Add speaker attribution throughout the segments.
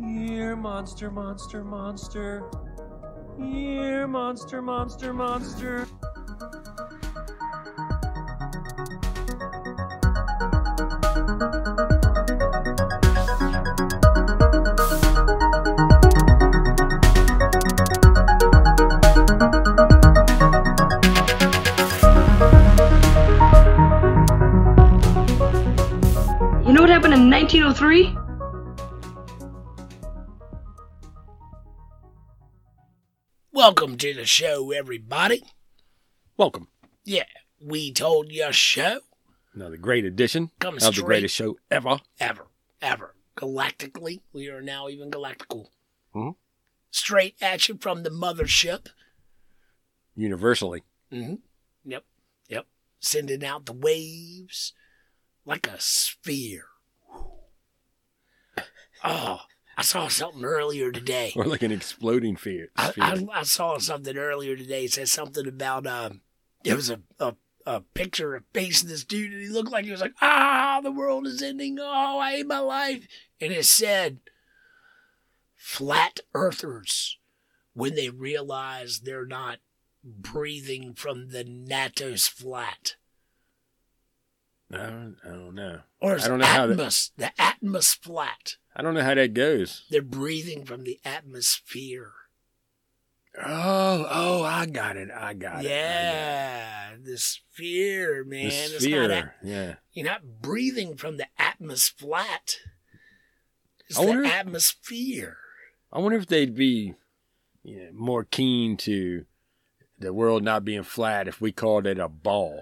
Speaker 1: Here, monster, monster, monster. Here, monster, monster, monster.
Speaker 2: You know what happened in 1903?
Speaker 3: Welcome to the show, everybody.
Speaker 4: Welcome.
Speaker 3: Yeah, we told you show
Speaker 4: Another great edition
Speaker 3: Come
Speaker 4: of the
Speaker 3: straight.
Speaker 4: greatest show ever.
Speaker 3: ever, ever. Galactically, we are now even galactical.
Speaker 4: Hmm?
Speaker 3: Straight action from the mothership.
Speaker 4: Universally.
Speaker 3: hmm Yep, yep. Sending out the waves like a sphere. Oh, I saw something earlier today.
Speaker 4: Or like an exploding fear.
Speaker 3: I,
Speaker 4: sphere.
Speaker 3: I, I saw something earlier today. It said something about um, it was a, a a picture of facing this dude, and he looked like he was like, ah, the world is ending. Oh, I hate my life. And it said, flat earthers, when they realize they're not breathing from the Natos flat
Speaker 4: I don't, I don't know.
Speaker 3: or is
Speaker 4: I don't
Speaker 3: know
Speaker 4: know how that-
Speaker 3: Atmos, the Atmos flat.
Speaker 4: I don't know how that goes.
Speaker 3: They're breathing from the atmosphere.
Speaker 4: Oh, oh, I got it. I got it. I got
Speaker 3: yeah, the sphere, man.
Speaker 4: it. The
Speaker 3: It's not a-
Speaker 4: sphere. Yeah.
Speaker 3: You're not breathing from the atmosphere. Flat. It's
Speaker 4: I
Speaker 3: the
Speaker 4: wonder-
Speaker 3: atmosphere.
Speaker 4: I wonder if they'd be you know, more keen to the world not being flat if we called it a ball.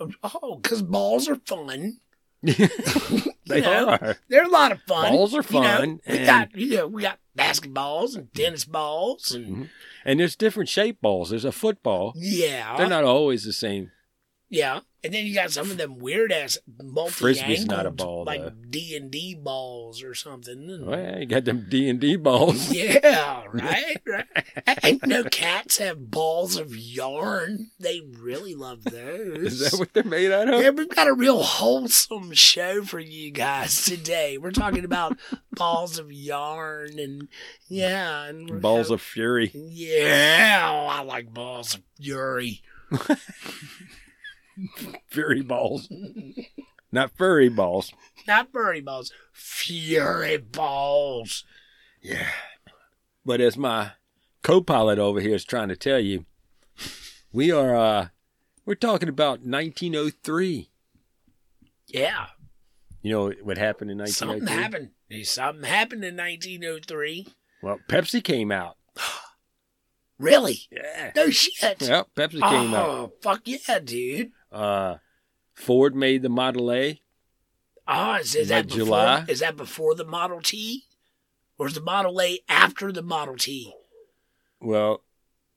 Speaker 3: Oh, because balls are fun.
Speaker 4: they
Speaker 3: You know,
Speaker 4: are.
Speaker 3: They're a lot of fun.
Speaker 4: Balls are
Speaker 3: You know,
Speaker 4: fun,
Speaker 3: we
Speaker 4: and-
Speaker 3: got you know we got basketballs and tennis balls and
Speaker 4: Mhm. And there's different shape balls. There's a football.
Speaker 3: yeah,
Speaker 4: They're not always the same.
Speaker 3: yeah. And then you got some of them weird ass multi
Speaker 4: Frisbee's not a ball, though.
Speaker 3: like D and D balls or something.
Speaker 4: Well, Oh, yeah, you got them D and D balls.
Speaker 3: Yeah, right, right. Ain't no cats have balls of yarn. They really love those.
Speaker 4: Is that what they're made out of?
Speaker 3: yeah, we've got a real wholesome show for you guys today. We're talking about balls of yarn and yeah, and we're
Speaker 4: Balls
Speaker 3: gonna-
Speaker 4: of fury.
Speaker 3: yeah. oh, I like balls of fury.
Speaker 4: Fury balls. Not furry balls.
Speaker 3: Not furry balls, fury balls.
Speaker 4: Yeah. But as my co pilot over here is trying to tell you, we are uh we're talking about nineteen oh three.
Speaker 3: Yeah,
Speaker 4: You know what happened in nineteen oh
Speaker 3: something
Speaker 4: three?
Speaker 3: happened. Something happened in 1903.
Speaker 4: Well, Pepsi came out.
Speaker 3: Really?
Speaker 4: Yeah.
Speaker 3: No shit.
Speaker 4: Yep, Pepsi came out.
Speaker 3: Oh, fuck yeah, dude.
Speaker 4: Uh Ford made the Model A.
Speaker 3: Oh, is, is
Speaker 4: Like
Speaker 3: that before,
Speaker 4: July?
Speaker 3: Is that before the Model T? Or is the Model A after the Model T?
Speaker 4: Well,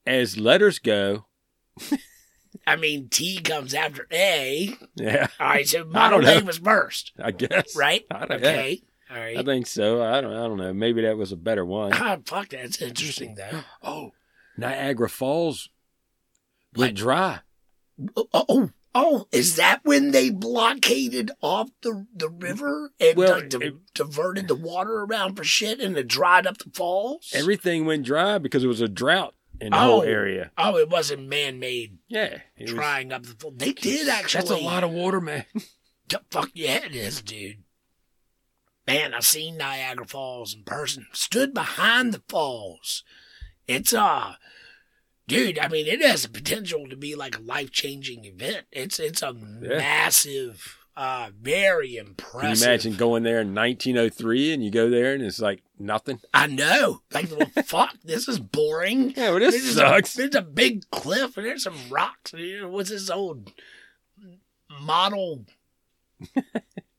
Speaker 4: as letters go,
Speaker 3: I mean, T comes after A.
Speaker 4: yeah,
Speaker 3: All right, so
Speaker 4: I don't
Speaker 3: Model A
Speaker 4: know.
Speaker 3: was first,
Speaker 4: I guess.
Speaker 3: right?
Speaker 4: I don't-
Speaker 3: okay. All
Speaker 4: I
Speaker 3: right.
Speaker 4: think so. I don't I don't know. Maybe that was a better one.
Speaker 3: Ah, fuck, that's interesting, though.
Speaker 4: Oh, Niagara Falls
Speaker 3: What?
Speaker 4: went dry.
Speaker 3: Oh, oh, oh, is that when they blockaded off the, the river and
Speaker 4: Well,
Speaker 3: like, di-
Speaker 4: it-
Speaker 3: diverted the water around for shit and it dried up the falls?
Speaker 4: Everything went dry because it was a drought in the
Speaker 3: Oh.
Speaker 4: whole area.
Speaker 3: oh, it wasn't man made
Speaker 4: Yeah, it was-
Speaker 3: drying up the falls. They did actually.
Speaker 4: That's a lot of water, man.
Speaker 3: The fuck yeah, it is, dude. Man, I've seen Niagara Falls in person. Stood behind the falls. It's uh dude, I mean it has the potential to be like a life changing event. It's it's a massive, uh
Speaker 4: Can
Speaker 3: very
Speaker 4: you
Speaker 3: impressive
Speaker 4: imagine going there in 1903 and you go there and it's like nothing?
Speaker 3: I know. Like well, fuck, this is boring.
Speaker 4: Yeah, well, this sucks.
Speaker 3: Is a, there's a big cliff and there's some rocks. You know, What's this old model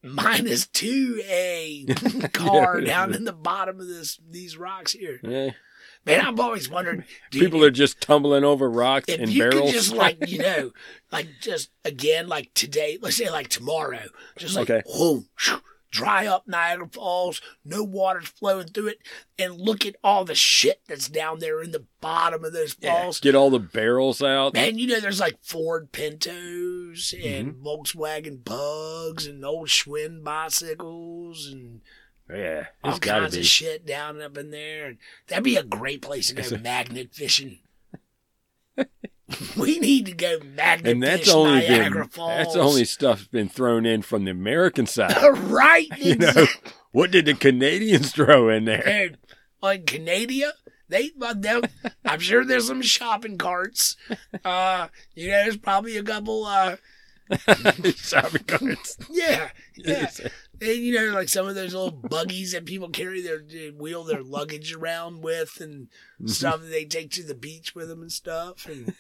Speaker 3: minus two A car
Speaker 4: Yeah.
Speaker 3: down in the bottom of this these rocks here?
Speaker 4: Yeah.
Speaker 3: Man, I've always wondered. dude,
Speaker 4: People are just tumbling over rocks
Speaker 3: if
Speaker 4: and
Speaker 3: you
Speaker 4: barrels.
Speaker 3: could just like you know, like just again, like today, let's say like tomorrow, just like
Speaker 4: Okay.
Speaker 3: whoa, shoo, dry up Niagara Falls, no water's flowing through it, and look at all the shit that's down there in the bottom of those
Speaker 4: Yeah,
Speaker 3: falls.
Speaker 4: Get all the barrels out.
Speaker 3: Man, you know there's like Ford Pintos
Speaker 4: Mm-hmm.
Speaker 3: and Volkswagen Pugs and old Schwinn bicycles and
Speaker 4: Yeah,
Speaker 3: all
Speaker 4: it's got
Speaker 3: kinds
Speaker 4: to be.
Speaker 3: of shit down and up in there. And that'd be a great place to go
Speaker 4: It's a-
Speaker 3: magnet fishing. we need to go magnet
Speaker 4: and that's
Speaker 3: fish
Speaker 4: only been
Speaker 3: Niagara Falls.
Speaker 4: that's only stuff's been thrown in from the American side.
Speaker 3: right.
Speaker 4: you know, what did the Canadians throw in there?
Speaker 3: dude, like Canada, they, but they- I'm sure there's some shopping carts. Uh, you know, there's probably a couple. Uh,
Speaker 4: Shopping carts.
Speaker 3: yeah, yeah. And you know, like some of those little buggies that people carry their they wheel their luggage around with, and
Speaker 4: Mm-hmm.
Speaker 3: stuff that they take to the beach with them and stuff, and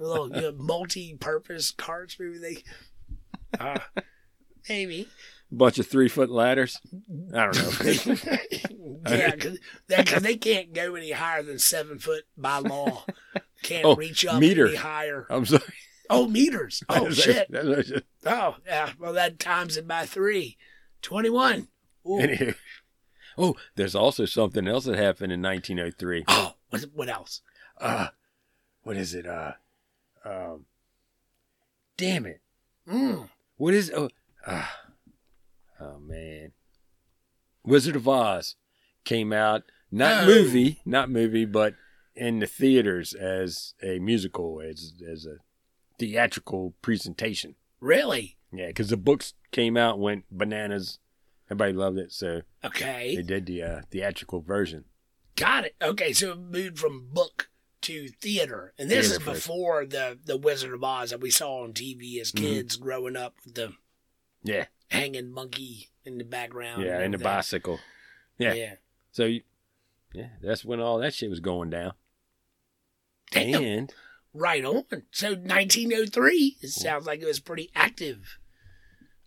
Speaker 3: little you know, multi-purpose carts. Maybe they, uh, maybe.
Speaker 4: Bunch of three foot ladders. I don't know.
Speaker 3: yeah, because they can't go any higher than seven foot by law. Can't
Speaker 4: Oh,
Speaker 3: reach up
Speaker 4: meter.
Speaker 3: any higher.
Speaker 4: I'm sorry.
Speaker 3: Oh, meters. Oh,
Speaker 4: That's-
Speaker 3: shit.
Speaker 4: that's- that's-
Speaker 3: Oh, yeah. Well, that times it by three. 21. Ooh.
Speaker 4: anywho. Oh, there's also something else that happened in 1903.
Speaker 3: Oh, what, what else?
Speaker 4: Uh, what is it? Uh, um, damn it.
Speaker 3: Mm.
Speaker 4: What is oh, ah. oh man. Wizard of Oz came out not
Speaker 3: No.
Speaker 4: movie, not movie, but in the theaters as a musical, as as a theatrical presentation.
Speaker 3: Really?
Speaker 4: Yeah, because the books came out and went bananas. Everybody loved it, so they
Speaker 3: Okay.
Speaker 4: did the uh, theatrical version.
Speaker 3: Got it. Okay, so it moved from book to theater. And this
Speaker 4: Theater
Speaker 3: is
Speaker 4: first. Mm-hmm.
Speaker 3: before the, the Wizard of Oz that we saw on TV as kids growing up with the
Speaker 4: Yeah,
Speaker 3: hanging monkey in the background.
Speaker 4: yeah,
Speaker 3: and
Speaker 4: and the
Speaker 3: everything.
Speaker 4: bicycle. Yeah.
Speaker 3: yeah.
Speaker 4: So, you- yeah, that's when all that shit was going down.
Speaker 3: Damn.
Speaker 4: And
Speaker 3: Right on. So 1903. It sounds like it was pretty active.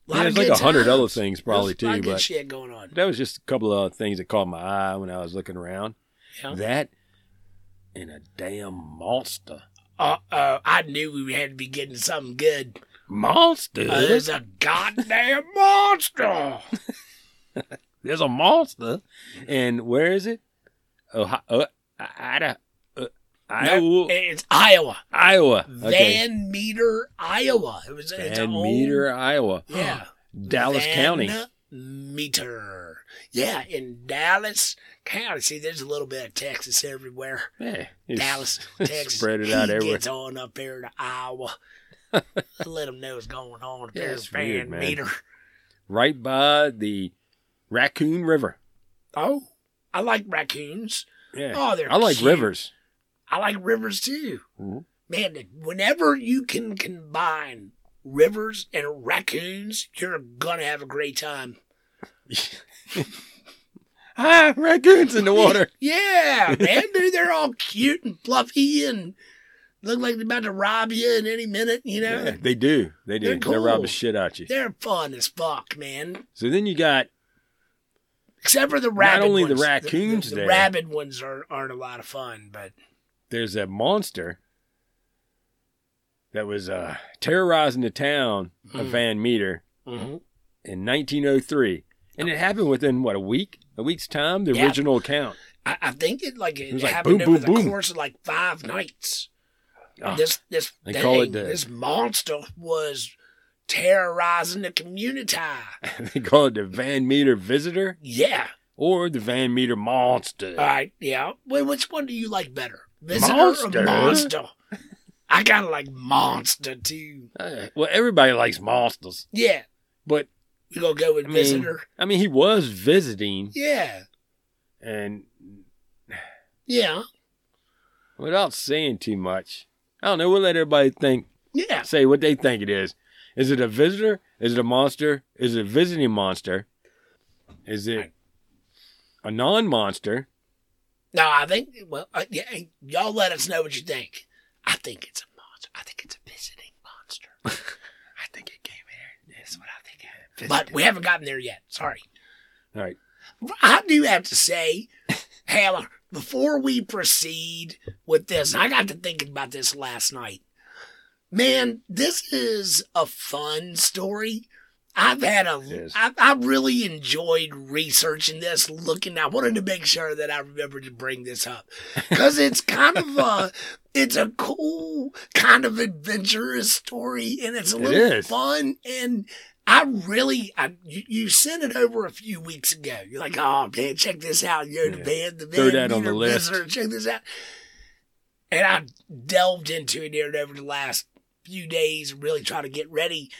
Speaker 4: yeah, there's
Speaker 3: of
Speaker 4: like
Speaker 3: good
Speaker 4: a hundred other
Speaker 3: times.
Speaker 4: things probably
Speaker 3: There's a lot
Speaker 4: too,
Speaker 3: of good
Speaker 4: but
Speaker 3: shit going on.
Speaker 4: That was just a couple of things that caught my eye when I was looking around.
Speaker 3: Yeah.
Speaker 4: That and a damn monster.
Speaker 3: Uh, uh, I knew we had to be getting something good.
Speaker 4: Monster?
Speaker 3: Uh, there's a goddamn monster.
Speaker 4: There's a monster. And where is it? Ohio, uh, Ida, uh, Iowa.
Speaker 3: No, it's Iowa.
Speaker 4: Iowa. Okay.
Speaker 3: Van Meter, Iowa. It was it's a
Speaker 4: Van
Speaker 3: old-
Speaker 4: Meter, Iowa.
Speaker 3: Yeah.
Speaker 4: Dallas
Speaker 3: Van
Speaker 4: County.
Speaker 3: Meter. Yeah, in Dallas County. See, there's a little bit of Texas everywhere.
Speaker 4: Yeah. it's-
Speaker 3: Dallas, Texas.
Speaker 4: Spread it out
Speaker 3: he
Speaker 4: everywhere.
Speaker 3: Gets on up there to Iowa. Let them know what's going on.
Speaker 4: Yeah,
Speaker 3: There's
Speaker 4: it's weird, man.
Speaker 3: Van Meter.
Speaker 4: Right by the Raccoon River.
Speaker 3: Oh, I like raccoons.
Speaker 4: Yeah.
Speaker 3: Oh, they're
Speaker 4: I like
Speaker 3: cute.
Speaker 4: rivers.
Speaker 3: I like rivers too.
Speaker 4: Mhm.
Speaker 3: Man, whenever you can combine rivers and raccoons, you're gonna have a great time.
Speaker 4: Ah, raccoons in the water.
Speaker 3: Yeah, man, dude, they're all cute and fluffy and look like they're about to rob you in any minute. You know,
Speaker 4: Yeah, they do. They do.
Speaker 3: They're
Speaker 4: They rob the
Speaker 3: cool.
Speaker 4: shit out you.
Speaker 3: they're fun as fuck, man.
Speaker 4: So then you got
Speaker 3: Except for the
Speaker 4: Not
Speaker 3: rabid
Speaker 4: only the
Speaker 3: ones.
Speaker 4: raccoons
Speaker 3: the, the,
Speaker 4: there.
Speaker 3: rabid ones are, aren't a lot of fun, but
Speaker 4: there's a monster that was uh, terrorizing the town of
Speaker 3: Mhm.
Speaker 4: Van Meter in 1903, and it happened within what a week, a week's time. The
Speaker 3: Yeah.
Speaker 4: original account.
Speaker 3: I, I think it like it,
Speaker 4: was like
Speaker 3: happened
Speaker 4: boom,
Speaker 3: over
Speaker 4: boom,
Speaker 3: the
Speaker 4: boom.
Speaker 3: course of like five nights.
Speaker 4: Ah,
Speaker 3: this this
Speaker 4: they
Speaker 3: thing,
Speaker 4: call it the-
Speaker 3: this monster was terrorizing the community.
Speaker 4: they call it the Van Meter Visitor
Speaker 3: Yeah.
Speaker 4: or the Van Meter Monster.
Speaker 3: All right. Yeah. Wait, which one do you like better, visitor
Speaker 4: Monster?
Speaker 3: or monster? I kind of like monster too.
Speaker 4: Uh, well, everybody likes monsters,
Speaker 3: Yeah.
Speaker 4: but
Speaker 3: You gonna go with
Speaker 4: I mean-
Speaker 3: visitor?
Speaker 4: I mean, he was visiting,
Speaker 3: Yeah.
Speaker 4: and
Speaker 3: Yeah.
Speaker 4: without saying too much, I don't know. We'll let everybody think
Speaker 3: Yeah.
Speaker 4: say what they think it is. Is it a visitor? Is it a monster? Is it a visiting monster? Is it a non monster?
Speaker 3: No, I think. Well, uh, yeah, y'all let us know what you think. I think it's a monster. I think it's a visiting monster.
Speaker 4: I think it came here. That's what I think happened.
Speaker 3: But we haven't gotten there yet. Sorry.
Speaker 4: All right.
Speaker 3: I do have to say, Hannah, before we proceed with this, I got to thinking about this last night. Man, this is a fun story. I've had a,
Speaker 4: Yes.
Speaker 3: I, I really enjoyed researching this, looking. I wanted to make sure that I remembered to bring this up because it's kind of a, it's a cool kind of adventurous story, and it's a
Speaker 4: It
Speaker 3: little
Speaker 4: is.
Speaker 3: fun, and I really, I, you, you sent it over a few weeks ago. You're like, oh man, check this out. You're the
Speaker 4: Yeah.
Speaker 3: band, the band.
Speaker 4: Throw that on
Speaker 3: Peter
Speaker 4: the list.
Speaker 3: Mizner, Check this out. And I delved into it here over the last few days and really try to get ready.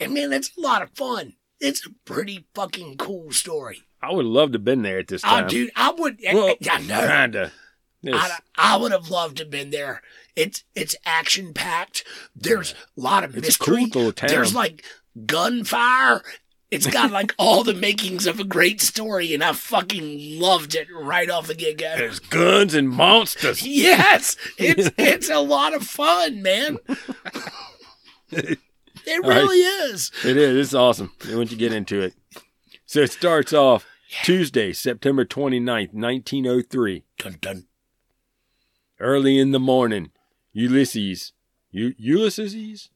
Speaker 3: And man, that's a lot of fun. It's a pretty fucking cool story.
Speaker 4: I would love to have been there at this time.
Speaker 3: Oh, dude, I would.
Speaker 4: Well,
Speaker 3: I know.
Speaker 4: Kinda.
Speaker 3: I,
Speaker 4: It's,
Speaker 3: I would have loved to have been there. It's it's action packed. There's a lot of
Speaker 4: it's a cool
Speaker 3: mystery.
Speaker 4: little town.
Speaker 3: There's like gunfire. It's got like all the makings of a great story, and I fucking loved it right off the get go.
Speaker 4: There's guns and monsters.
Speaker 3: Yes, it's it's a lot of fun, man. it
Speaker 4: right.
Speaker 3: really is.
Speaker 4: It is. It's awesome once you get into it. So it starts off Tuesday, September 29th, 1903.
Speaker 3: Dun, dun.
Speaker 4: Early in the morning, Ulysses. U- Ulysses?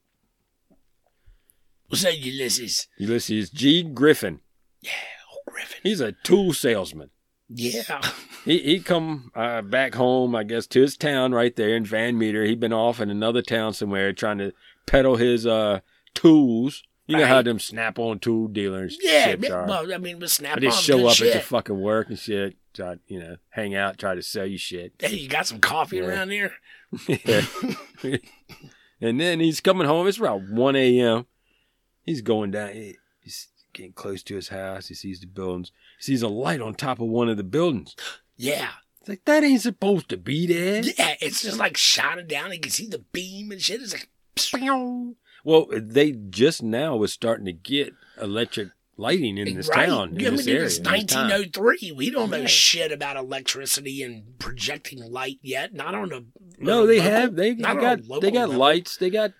Speaker 3: What's that, Ulysses?
Speaker 4: Ulysses G. Griffin.
Speaker 3: Oh, Griffin.
Speaker 4: He's a tool salesman.
Speaker 3: Yeah.
Speaker 4: He he come uh, back home, I guess, to his town right there in Van Meter. He'd been off in another town somewhere trying to peddle his uh tools. You know how
Speaker 3: Right.
Speaker 4: them snap on tool dealers
Speaker 3: Yeah.
Speaker 4: ships are.
Speaker 3: Well, I mean, with
Speaker 4: I
Speaker 3: snap on.
Speaker 4: just show up
Speaker 3: shit.
Speaker 4: at your fucking work and shit, try you know, hang out, try to sell you shit.
Speaker 3: Hey, you got some coffee
Speaker 4: Yeah.
Speaker 3: around here?
Speaker 4: and then he's coming home. It's about one a.m. He's going down. he- He's getting close to his house. He sees the buildings. He sees a light on top of one of the buildings.
Speaker 3: Yeah.
Speaker 4: It's like that ain't supposed to be there.
Speaker 3: Yeah, it's just like shining down. You can see the beam and shit. It's like,
Speaker 4: Well, they just now was starting to get electric lighting in this
Speaker 3: right?
Speaker 4: town, in
Speaker 3: I mean,
Speaker 4: this
Speaker 3: dude,
Speaker 4: area.
Speaker 3: it's
Speaker 4: in this town.
Speaker 3: 1903. We don't know
Speaker 4: Yeah.
Speaker 3: shit about electricity and projecting light yet. Not on a
Speaker 4: No, they
Speaker 3: local-
Speaker 4: have. They
Speaker 3: oh- not on a
Speaker 4: got.
Speaker 3: local
Speaker 4: They got
Speaker 3: level.
Speaker 4: lights. They got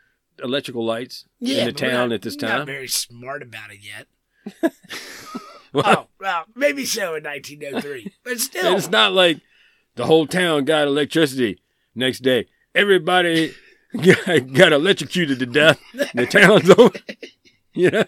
Speaker 4: electrical lights
Speaker 3: Yeah,
Speaker 4: in the
Speaker 3: but we're
Speaker 4: town
Speaker 3: not-
Speaker 4: at this
Speaker 3: we're Not
Speaker 4: time.
Speaker 3: very smart about it yet.
Speaker 4: Well,
Speaker 3: Oh, well, maybe so in 1903, but still,
Speaker 4: it's not like the whole town got electricity next day. Everybody got, got electrocuted to death. The town's over. Yeah,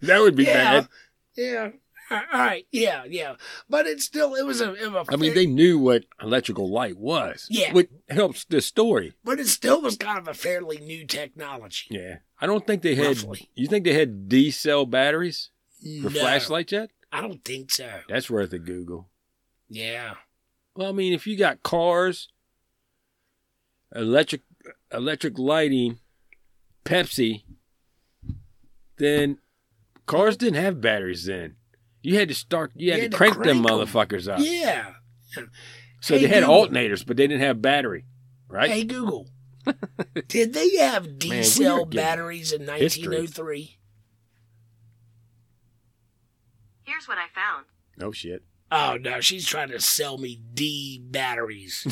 Speaker 4: that would be
Speaker 3: yeah,
Speaker 4: bad.
Speaker 3: yeah. All right, yeah, yeah, but it's still it was a. It was a
Speaker 4: I mean, they knew what electrical light was.
Speaker 3: Yeah.
Speaker 4: which helps this story.
Speaker 3: but it still was kind of a fairly new technology.
Speaker 4: Yeah. I don't think they had.
Speaker 3: Roughly.
Speaker 4: You think they had D cell batteries for
Speaker 3: No,
Speaker 4: flashlights yet?
Speaker 3: I don't think so.
Speaker 4: That's worth a Google.
Speaker 3: Yeah.
Speaker 4: Well, I mean, if you got cars, electric, electric lighting, Pepsi, then cars didn't have batteries then. You had to start. You had, to, crank them
Speaker 3: crank 'em.
Speaker 4: motherfuckers up.
Speaker 3: Yeah.
Speaker 4: So
Speaker 3: Hey,
Speaker 4: they had
Speaker 3: Google.
Speaker 4: alternators, but they didn't have battery, right?
Speaker 3: Hey Google. Did they have D
Speaker 4: Man, we are
Speaker 3: cell
Speaker 4: getting
Speaker 3: batteries in
Speaker 4: history.
Speaker 3: 1903?
Speaker 2: Here's what I found.
Speaker 4: No shit.
Speaker 3: Oh no, she's trying to sell me D batteries.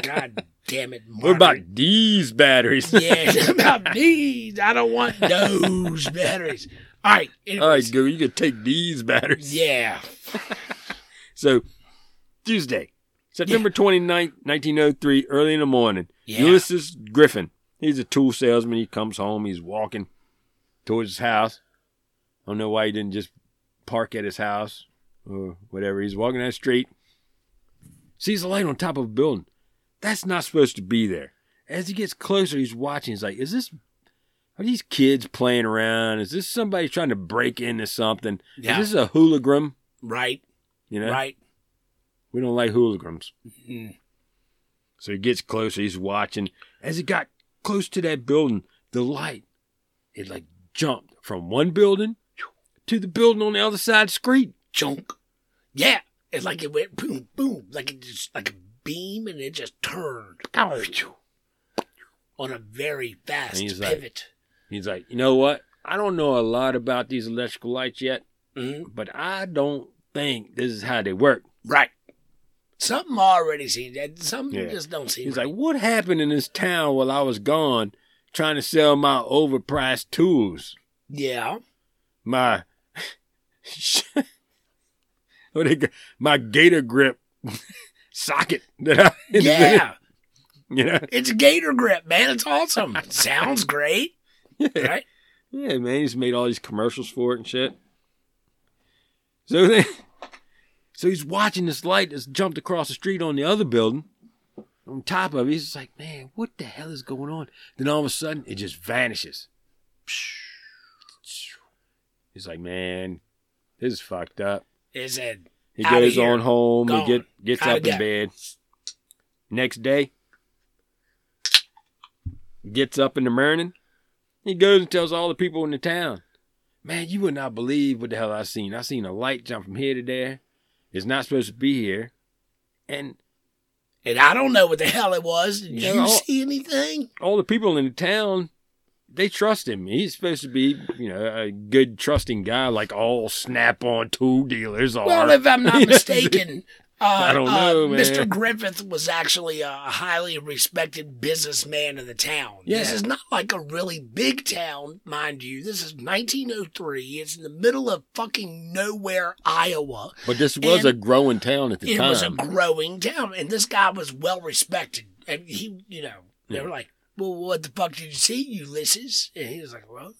Speaker 3: God damn it,
Speaker 4: What about
Speaker 3: Margaret.
Speaker 4: these batteries?
Speaker 3: yeah, about these? I don't want those batteries. All
Speaker 4: All
Speaker 3: right,
Speaker 4: right,
Speaker 3: anyways.
Speaker 4: Google, you could take these batteries.
Speaker 3: yeah,
Speaker 4: So Tuesday, September twenty ninth, 1903, early in the morning,
Speaker 3: Yeah.
Speaker 4: Ulysses Griffin, he's a tool salesman. He comes home, he's walking towards his house. I don't know why he didn't just park at his house or whatever. He's walking down the street, sees a light on top of a building. That's not supposed to be there. As he gets closer, he's watching. He's like, is this, are these kids playing around? Is this somebody trying to break into something?
Speaker 3: Yeah.
Speaker 4: Is this a hooligan?
Speaker 3: right,
Speaker 4: You know?
Speaker 3: right.
Speaker 4: We don't like hooligans.
Speaker 3: Mm.
Speaker 4: So he gets closer. He's watching. As he got close to that building, the light, it like jumped from one building to the building on the other side of the street.
Speaker 3: Junk. Yeah, it's like it went boom, boom, like it just like a beam, and it just turned on a very fast
Speaker 4: he's
Speaker 3: pivot.
Speaker 4: like- He's like, you know what? I don't know a lot about these electrical lights yet,
Speaker 3: hmm
Speaker 4: but I don't think this is how they work.
Speaker 3: Right. Something already seen that. Some
Speaker 4: Yeah.
Speaker 3: just don't see.
Speaker 4: He's
Speaker 3: right.
Speaker 4: like, what happened in this town while I was gone trying to sell my overpriced tools?
Speaker 3: yeah,
Speaker 4: my what they, got- my gator grip socket that I
Speaker 3: yeah.
Speaker 4: you know
Speaker 3: It's Gator Grip, man. It's awesome. Sounds great,
Speaker 4: yeah.
Speaker 3: right?
Speaker 4: yeah man he's made all these commercials for it and shit so then so he's watching this light that's jumped across the street on the other building on top of it he's just like man what the hell is going on then all of a sudden it just vanishes He's like, man, this is fucked up.
Speaker 3: Is it?
Speaker 4: He
Speaker 3: Outta
Speaker 4: goes
Speaker 3: here.
Speaker 4: on home. He
Speaker 3: Gone.
Speaker 4: get gets
Speaker 3: Outta
Speaker 4: up in bed. Next day, gets up in the morning. He goes and tells all the people in the town, "Man, you would not believe what the hell I seen. I seen a light jump from here to there. It's not supposed to be here." And
Speaker 3: And I don't know what the hell it was. Did
Speaker 4: Yeah, oh.
Speaker 3: you
Speaker 4: all-
Speaker 3: see anything?
Speaker 4: all the people in the town, they trust him. He's supposed to be, you know, a good trusting guy, like all Snap-on tool dealers are.
Speaker 3: Well, if I'm not mistaken, uh,
Speaker 4: Oh, I don't know,
Speaker 3: uh,
Speaker 4: man.
Speaker 3: Mr. Griffith was actually a highly respected businessman in the town. This
Speaker 4: Yeah.
Speaker 3: is not like a really big town, mind you. This is 1903. It's in the middle of fucking nowhere, Iowa.
Speaker 4: but this was
Speaker 3: and
Speaker 4: a growing town at the
Speaker 3: it
Speaker 4: time.
Speaker 3: was a growing town, and this guy was well respected. And he, you know, they
Speaker 4: Yeah.
Speaker 3: were like, "Well, what the fuck did you see, Ulysses?" And he was like, "Well,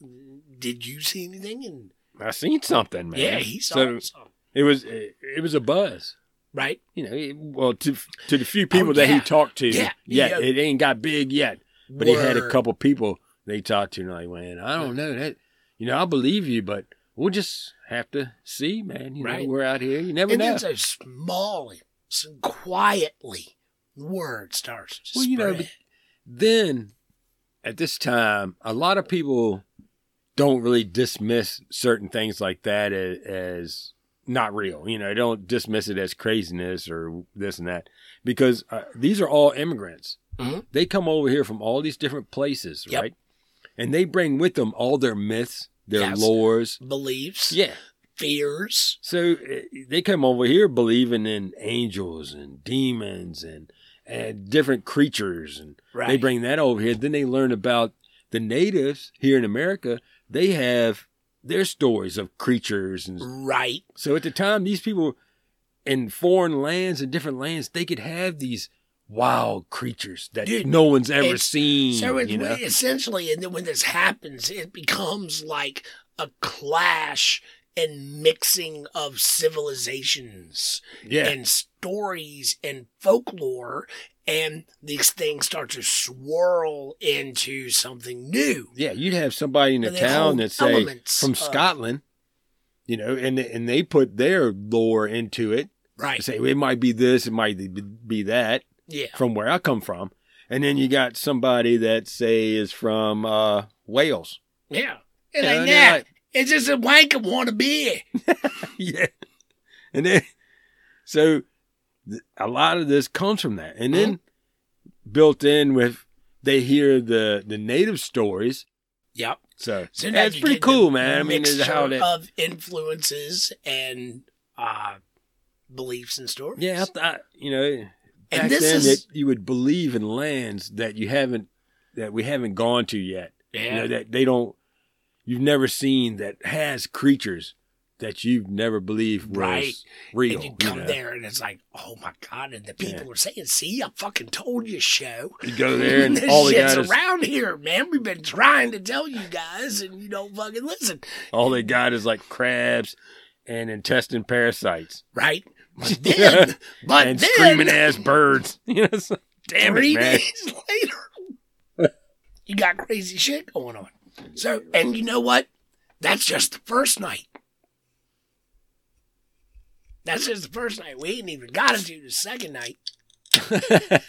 Speaker 3: did you see anything?" And
Speaker 4: I seen something, man.
Speaker 3: yeah, he saw
Speaker 4: So
Speaker 3: something,
Speaker 4: it was it, was a buzz.
Speaker 3: right?
Speaker 4: You know, it- well, to to the few people
Speaker 3: Oh,
Speaker 4: that
Speaker 3: yeah.
Speaker 4: he talked to,
Speaker 3: Yeah,
Speaker 4: yet
Speaker 3: yeah.
Speaker 4: it ain't got big yet. But he had a
Speaker 3: Word.
Speaker 4: couple people they talked to, and like, man, I don't know that. You know, I believe you, but we'll just have to see, man. You
Speaker 3: Right.
Speaker 4: know, we're out here. You never
Speaker 3: And
Speaker 4: know.
Speaker 3: then so small, so quietly, word starts to
Speaker 4: Well, you know,
Speaker 3: spread.
Speaker 4: but- then at this time, a lot of people don't really dismiss certain things like that as, as not real. You know, they don't dismiss it as craziness or this and that because uh, these are all immigrants.
Speaker 3: Mhm.
Speaker 4: They come over here from all these different places,
Speaker 3: Yep.
Speaker 4: right? And they bring with them all their myths, their
Speaker 3: Yes.
Speaker 4: lores.
Speaker 3: beliefs,
Speaker 4: Yeah.
Speaker 3: fears,
Speaker 4: So uh, they come over here believing in angels and demons and, and different creatures and
Speaker 3: right?
Speaker 4: they bring that over here. Then they learn about the natives here in America. They have their stories of creatures,
Speaker 3: Mm.
Speaker 4: and
Speaker 3: right,
Speaker 4: so at the time, these people in foreign lands and different lands, they could have these wild creatures that
Speaker 3: Dude,
Speaker 4: no one's ever
Speaker 3: it's-
Speaker 4: seen.
Speaker 3: So it's
Speaker 4: you know?
Speaker 3: essentially, and then when this happens, it becomes like a clash and mixing of civilizations
Speaker 4: yeah,
Speaker 3: and stories and folklore, and these things start to swirl into something new.
Speaker 4: yeah. You'd have somebody in the
Speaker 3: And they hold
Speaker 4: town that say
Speaker 3: elements
Speaker 4: from
Speaker 3: of-
Speaker 4: Scotland, you know, and and they put their lore into it.
Speaker 3: Right.
Speaker 4: Say it might be this, it might be- be that.
Speaker 3: Yeah.
Speaker 4: from where I come from. And then you got somebody that say is from uh, Wales.
Speaker 3: Yeah. It
Speaker 4: You know,
Speaker 3: ain't
Speaker 4: and they're
Speaker 3: that.
Speaker 4: like-
Speaker 3: it's just a wank of want to be.
Speaker 4: yeah. And then so th- a lot of this comes from that. And then built in with they hear the the native stories.
Speaker 3: Yep.
Speaker 4: So,
Speaker 3: So now
Speaker 4: that's
Speaker 3: you
Speaker 4: pretty
Speaker 3: get the
Speaker 4: cool, man. I mean, is how
Speaker 3: mixture
Speaker 4: that
Speaker 3: of influences and uh, beliefs and stories.
Speaker 4: Yeah, I thought, you know,
Speaker 3: And
Speaker 4: back
Speaker 3: this
Speaker 4: then
Speaker 3: is-
Speaker 4: that you would believe in lands that you haven't that we haven't gone to yet.
Speaker 3: Yeah.
Speaker 4: you know that they don't you've never seen that has creatures that you've never believed was
Speaker 3: Right.
Speaker 4: real
Speaker 3: And you come
Speaker 4: know.
Speaker 3: there and it's like, oh my God. And the people are saying, see, I fucking told you, show.
Speaker 4: you go there and
Speaker 3: this
Speaker 4: all they
Speaker 3: shit's
Speaker 4: got is
Speaker 3: around here, man. We've been trying to tell you guys and you don't fucking listen.
Speaker 4: all they got is like crabs and intestine parasites
Speaker 3: Right? But then, but
Speaker 4: and
Speaker 3: then,
Speaker 4: screaming ass birds you know it's like, damn
Speaker 3: three
Speaker 4: it man
Speaker 3: days later, you got crazy shit going on. So, and you know what? That's just the first night. That's just the first night. We ain't even got to do the second night.
Speaker 4: All right,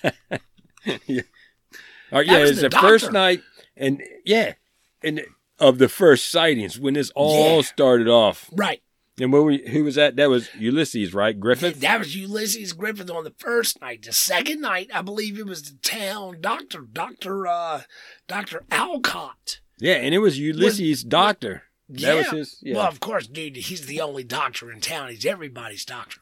Speaker 3: That
Speaker 4: yeah
Speaker 3: was
Speaker 4: it's
Speaker 3: the
Speaker 4: the first
Speaker 3: doctor.
Speaker 4: night and yeah and of the first sightings when this all
Speaker 3: Yeah.
Speaker 4: started off
Speaker 3: Right.
Speaker 4: and where we, who was that that was ulysses right griffith
Speaker 3: That was Ulysses Griffith on the first night. The second night, I believe it was the town doctor, Doctor, uh, Doctor Alcott.
Speaker 4: yeah and it was ulysses doctor
Speaker 3: Yeah.
Speaker 4: that was his yeah
Speaker 3: Well, of course, dude, he's the only doctor in town. He's everybody's doctor.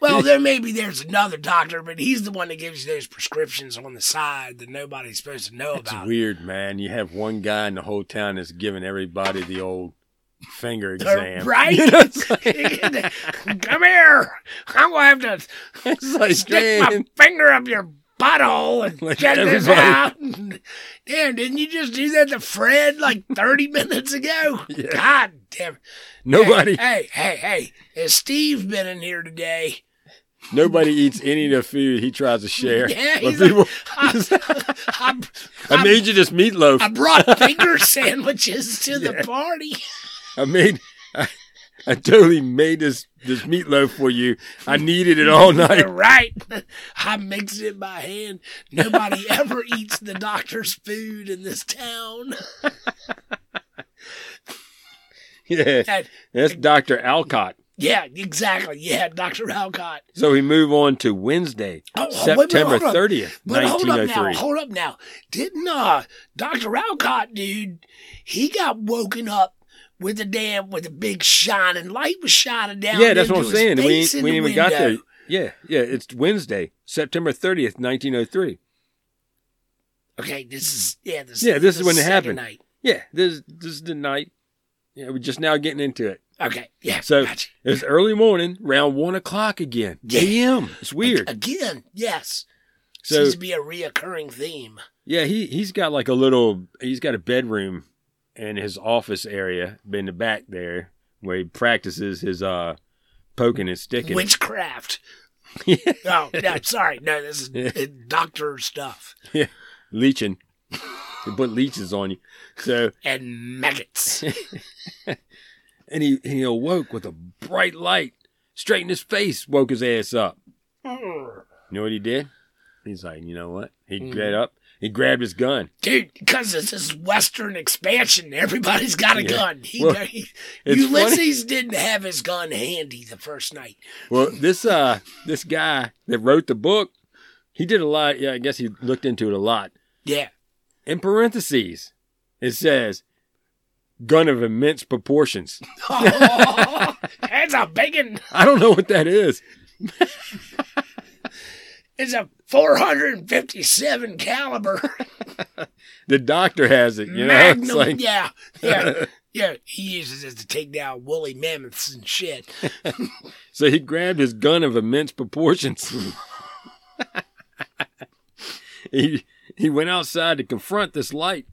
Speaker 3: well, there maybe there's another doctor, but he's the one that gives you those prescriptions on the side that nobody's supposed to know
Speaker 4: It's
Speaker 3: about.
Speaker 4: weird, man. You have one guy in the whole town that's giving everybody the old finger
Speaker 3: They're
Speaker 4: exam.
Speaker 3: Right?
Speaker 4: You know, it's like,
Speaker 3: Come here. I'm going to have to
Speaker 4: it's like,
Speaker 3: stick my
Speaker 4: man,
Speaker 3: finger up your butthole and
Speaker 4: Like
Speaker 3: check this
Speaker 4: everybody-
Speaker 3: out. Damn, didn't you just do that to Fred like 30 minutes ago?
Speaker 4: Yeah.
Speaker 3: God damn. it.
Speaker 4: nobody,
Speaker 3: Hey, hey, hey. Has Steve been in here today?
Speaker 4: nobody eats any of the food he tries to share.
Speaker 3: Yeah,
Speaker 4: with
Speaker 3: he's like,
Speaker 4: people.
Speaker 3: I, I-
Speaker 4: I made you this meatloaf.
Speaker 3: I brought finger sandwiches to the party.
Speaker 4: I made I totally made this this meatloaf for you. I needed it all night.
Speaker 3: You're right. I mix it by hand. Nobody ever eats the doctor's food in this town.
Speaker 4: Yeah,
Speaker 3: That-
Speaker 4: that's Doctor Alcott.
Speaker 3: yeah, exactly. Yeah, Dr. Alcott.
Speaker 4: So we move on to Wednesday,
Speaker 3: Oh, wait a minute,
Speaker 4: September
Speaker 3: hold on.
Speaker 4: thirtieth,
Speaker 3: But hold
Speaker 4: nineteen
Speaker 3: up
Speaker 4: oh
Speaker 3: now,
Speaker 4: three.
Speaker 3: hold up now. Didn't uh Dr. Alcott, dude, he got woken up with the damn with a big shining light was shining down.
Speaker 4: Yeah, that's what
Speaker 3: into
Speaker 4: I'm
Speaker 3: his
Speaker 4: saying. We
Speaker 3: face
Speaker 4: ain't, we
Speaker 3: in
Speaker 4: ain't
Speaker 3: the
Speaker 4: even got
Speaker 3: window.
Speaker 4: there. Yeah, yeah. It's Wednesday, September thirtieth, nineteen oh three.
Speaker 3: Okay, this is yeah, this
Speaker 4: Yeah, this is when it
Speaker 3: second
Speaker 4: happened.
Speaker 3: Night.
Speaker 4: Yeah, this this is the night. Yeah, we're just now getting into it.
Speaker 3: Okay, yeah.
Speaker 4: So-
Speaker 3: gotcha.
Speaker 4: It's early morning, round one o'clock again.
Speaker 3: Yeah.
Speaker 4: Damn, it's weird.
Speaker 3: again, yes,
Speaker 4: So
Speaker 3: seems to be a reoccurring theme.
Speaker 4: yeah, he he's got like a little. He's got a bedroom in his office area in the back there where he practices his uh poking and sticking.
Speaker 3: Witchcraft. Oh, no, sorry, no, this is
Speaker 4: Yeah.
Speaker 3: uh, doctor stuff
Speaker 4: leeching. They put leeches on you. So
Speaker 3: and maggots.
Speaker 4: and he and he awoke with a bright light. Straightened his face, woke his ass up. You know what he did? He's like, you know what? He
Speaker 3: Mm.
Speaker 4: got up. He grabbed his gun.
Speaker 3: Dude, because this is Western expansion, everybody's got a
Speaker 4: Yeah.
Speaker 3: gun. He,
Speaker 4: Well,
Speaker 3: he-
Speaker 4: it's
Speaker 3: Ulysses didn't have his gun handy the first night.
Speaker 4: Well, this uh this guy that wrote the book, he did a lot. Yeah, I guess he looked into it a lot.
Speaker 3: Yeah,
Speaker 4: In parentheses, it says gun of immense proportions.
Speaker 3: it's a big one.
Speaker 4: I don't know what that is.
Speaker 3: It's a 457 caliber
Speaker 4: The doctor has it, you know.
Speaker 3: Magnum.
Speaker 4: It's like
Speaker 3: yeah, yeah, yeah. He uses it to take down woolly mammoths and shit.
Speaker 4: so he grabbed his gun of immense proportions. he he went outside to confront this light.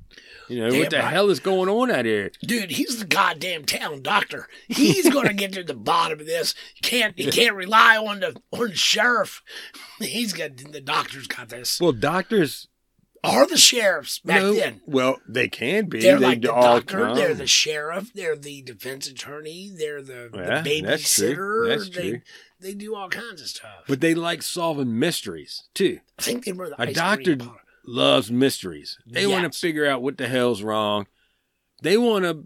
Speaker 4: You know,
Speaker 3: Damn
Speaker 4: what the
Speaker 3: right.
Speaker 4: hell is going on out here?
Speaker 3: Dude, he's the goddamn town doctor. He's gonna get to the bottom of this. Can't he can't rely on the on the sheriff. He's got the doctor's got this.
Speaker 4: Well, doctors
Speaker 3: Are the sheriffs back
Speaker 4: no-
Speaker 3: then?
Speaker 4: Well, they can be.
Speaker 3: They're
Speaker 4: They
Speaker 3: like the
Speaker 4: all
Speaker 3: doctor,
Speaker 4: come.
Speaker 3: they're the sheriff, they're the defense attorney, they're the,
Speaker 4: Yeah,
Speaker 3: the
Speaker 4: that's true.
Speaker 3: babysitter.
Speaker 4: That's
Speaker 3: they
Speaker 4: true.
Speaker 3: they do all kinds of stuff.
Speaker 4: But they like solving mysteries too.
Speaker 3: I think they were the
Speaker 4: A
Speaker 3: ice
Speaker 4: doctor-
Speaker 3: cream parlor.
Speaker 4: Loves mysteries. They want
Speaker 3: Yes.
Speaker 4: to figure out what the hell's wrong. They want to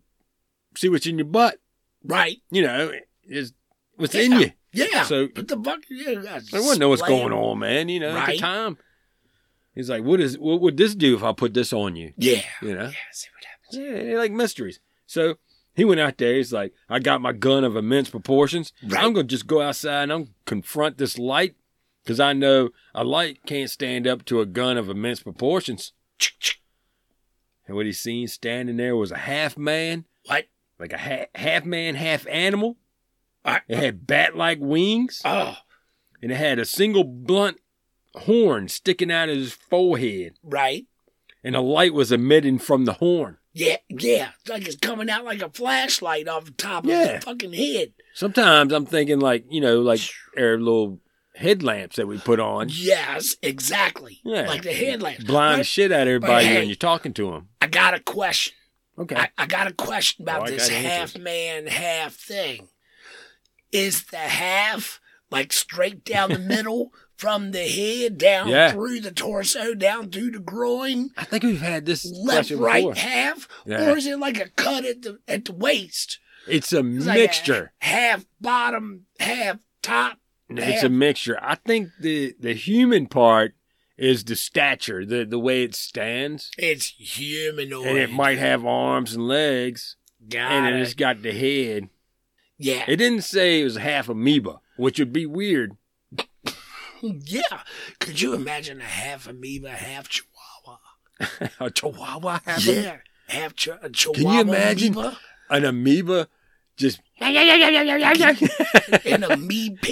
Speaker 4: see what's in your butt.
Speaker 3: Right.
Speaker 4: You know, is what's
Speaker 3: Yeah.
Speaker 4: in you.
Speaker 3: Yeah.
Speaker 4: So
Speaker 3: but the fuck yeah, that's
Speaker 4: they want to know what's
Speaker 3: explain.
Speaker 4: going on, man. You know, at
Speaker 3: Right.
Speaker 4: the time, he's like, "What is? What would this do if I put this on you?"
Speaker 3: Yeah.
Speaker 4: You know,
Speaker 3: Yeah, see what happens.
Speaker 4: yeah, they like mysteries. So he went out there. He's like, "I got my gun of immense proportions.
Speaker 3: Right.
Speaker 4: I'm gonna just go outside and I'm confront this light." Because I know a light can't stand up to a gun of immense proportions. And what he seen standing there was a half man,
Speaker 3: What?
Speaker 4: like a ha- half man, half animal.
Speaker 3: I-
Speaker 4: It had bat like wings,
Speaker 3: Oh.
Speaker 4: and it had a single blunt horn sticking out of his forehead,
Speaker 3: Right.
Speaker 4: and a light was emitting from the horn.
Speaker 3: Yeah, yeah. It's like it's coming out like a flashlight off the top of
Speaker 4: Yeah.
Speaker 3: his fucking head.
Speaker 4: Sometimes I'm thinking, like, you know, like our little headlamps that we put on,
Speaker 3: Yes, exactly.
Speaker 4: Yeah.
Speaker 3: Like the headlamp.
Speaker 4: blind the
Speaker 3: But
Speaker 4: shit out of everybody
Speaker 3: hey.
Speaker 4: when you're talking to them.
Speaker 3: I got a question.
Speaker 4: Okay.
Speaker 3: I, I got a question about
Speaker 4: Oh, I
Speaker 3: this
Speaker 4: got answers.
Speaker 3: half man, half thing. Is the half like straight down the middle from the head down
Speaker 4: Yeah.
Speaker 3: through the torso, down through the groin?
Speaker 4: I think we've had this
Speaker 3: Left,
Speaker 4: question
Speaker 3: right
Speaker 4: before.
Speaker 3: half,
Speaker 4: Yeah.
Speaker 3: or is it like a cut at the at the waist?
Speaker 4: It's a
Speaker 3: It's like a
Speaker 4: mixture.
Speaker 3: half bottom, half top.
Speaker 4: It's a mixture. I think the the human part is the stature, the the way it stands,
Speaker 3: It's humanoid.
Speaker 4: and it might have arms and legs,
Speaker 3: Got
Speaker 4: and
Speaker 3: it.
Speaker 4: it's got the head.
Speaker 3: yeah.
Speaker 4: It didn't say it was half amoeba, which would be weird.
Speaker 3: yeah. Could you imagine a half amoeba, half chihuahua?
Speaker 4: a chihuahua half
Speaker 3: yeah. Half ch- a chihuahua.
Speaker 4: imagine?
Speaker 3: amoeba?
Speaker 4: an amoeba, just
Speaker 3: An amoeba.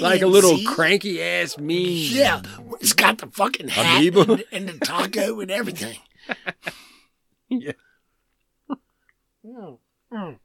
Speaker 4: like a little cranky ass mean.
Speaker 3: Yeah. It's got the fucking hat
Speaker 4: Amoeba?
Speaker 3: And, and the taco and everything.
Speaker 4: Yeah.
Speaker 3: Mm, mm.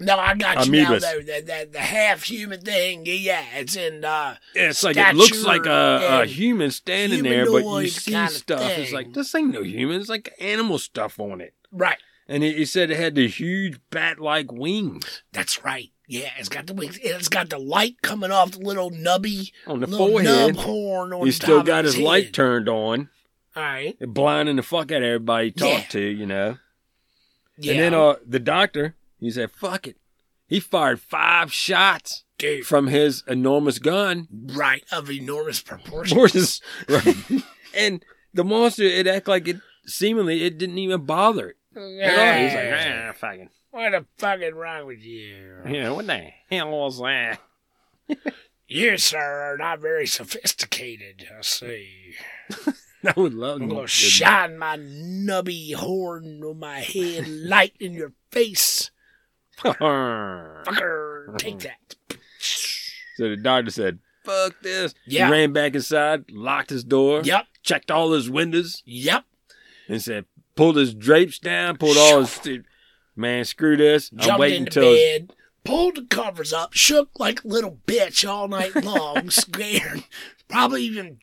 Speaker 3: No, I got you
Speaker 4: Amoebas.
Speaker 3: now, though. That, that, the half human thing, yeah, it's in uh,
Speaker 4: It's like it looks
Speaker 3: Stature
Speaker 4: like a, a
Speaker 3: and
Speaker 4: human standing there, but you
Speaker 3: humanoid
Speaker 4: see
Speaker 3: kinda
Speaker 4: stuff. It's
Speaker 3: thing.
Speaker 4: like this ain't no human. It's like animal stuff on it.
Speaker 3: right.
Speaker 4: And he, he said it had the huge bat-like wings.
Speaker 3: That's right. Yeah, it's got the wings. It's got the light coming off the little nubby
Speaker 4: On the
Speaker 3: little
Speaker 4: forehead.
Speaker 3: nub horn on
Speaker 4: He
Speaker 3: top
Speaker 4: still
Speaker 3: of
Speaker 4: got his
Speaker 3: head.
Speaker 4: light turned on,
Speaker 3: All right.
Speaker 4: blinding the fuck out of everybody he talked to, you know.
Speaker 3: Yeah.
Speaker 4: And then uh, the doctor, he said, fuck it. He fired five shots
Speaker 3: dude,
Speaker 4: from his enormous gun.
Speaker 3: right of enormous proportions.
Speaker 4: Horses. and the monster, it act like it seemingly it didn't even bother it. at all. He's like, ah, fucking.
Speaker 3: what the fucking wrong with you?
Speaker 4: Yeah, what the hell was that?
Speaker 3: You, sir, are not very sophisticated. I see.
Speaker 4: I would love
Speaker 3: I'm
Speaker 4: to.
Speaker 3: gonna shine my nubby horn on my head, light in your face,
Speaker 4: so
Speaker 3: fucker. Take that.
Speaker 4: the doctor said, fuck this.
Speaker 3: Yeah.
Speaker 4: He ran back inside, locked his door,
Speaker 3: Yep,
Speaker 4: checked all his windows.
Speaker 3: yep.
Speaker 4: and said, pulled his drapes down, pulled all his. st- Man, screw this. I'm
Speaker 3: Jumped
Speaker 4: waiting
Speaker 3: into
Speaker 4: till.
Speaker 3: bed, pulled the covers up, shook like a little bitch all night long, scared. Probably even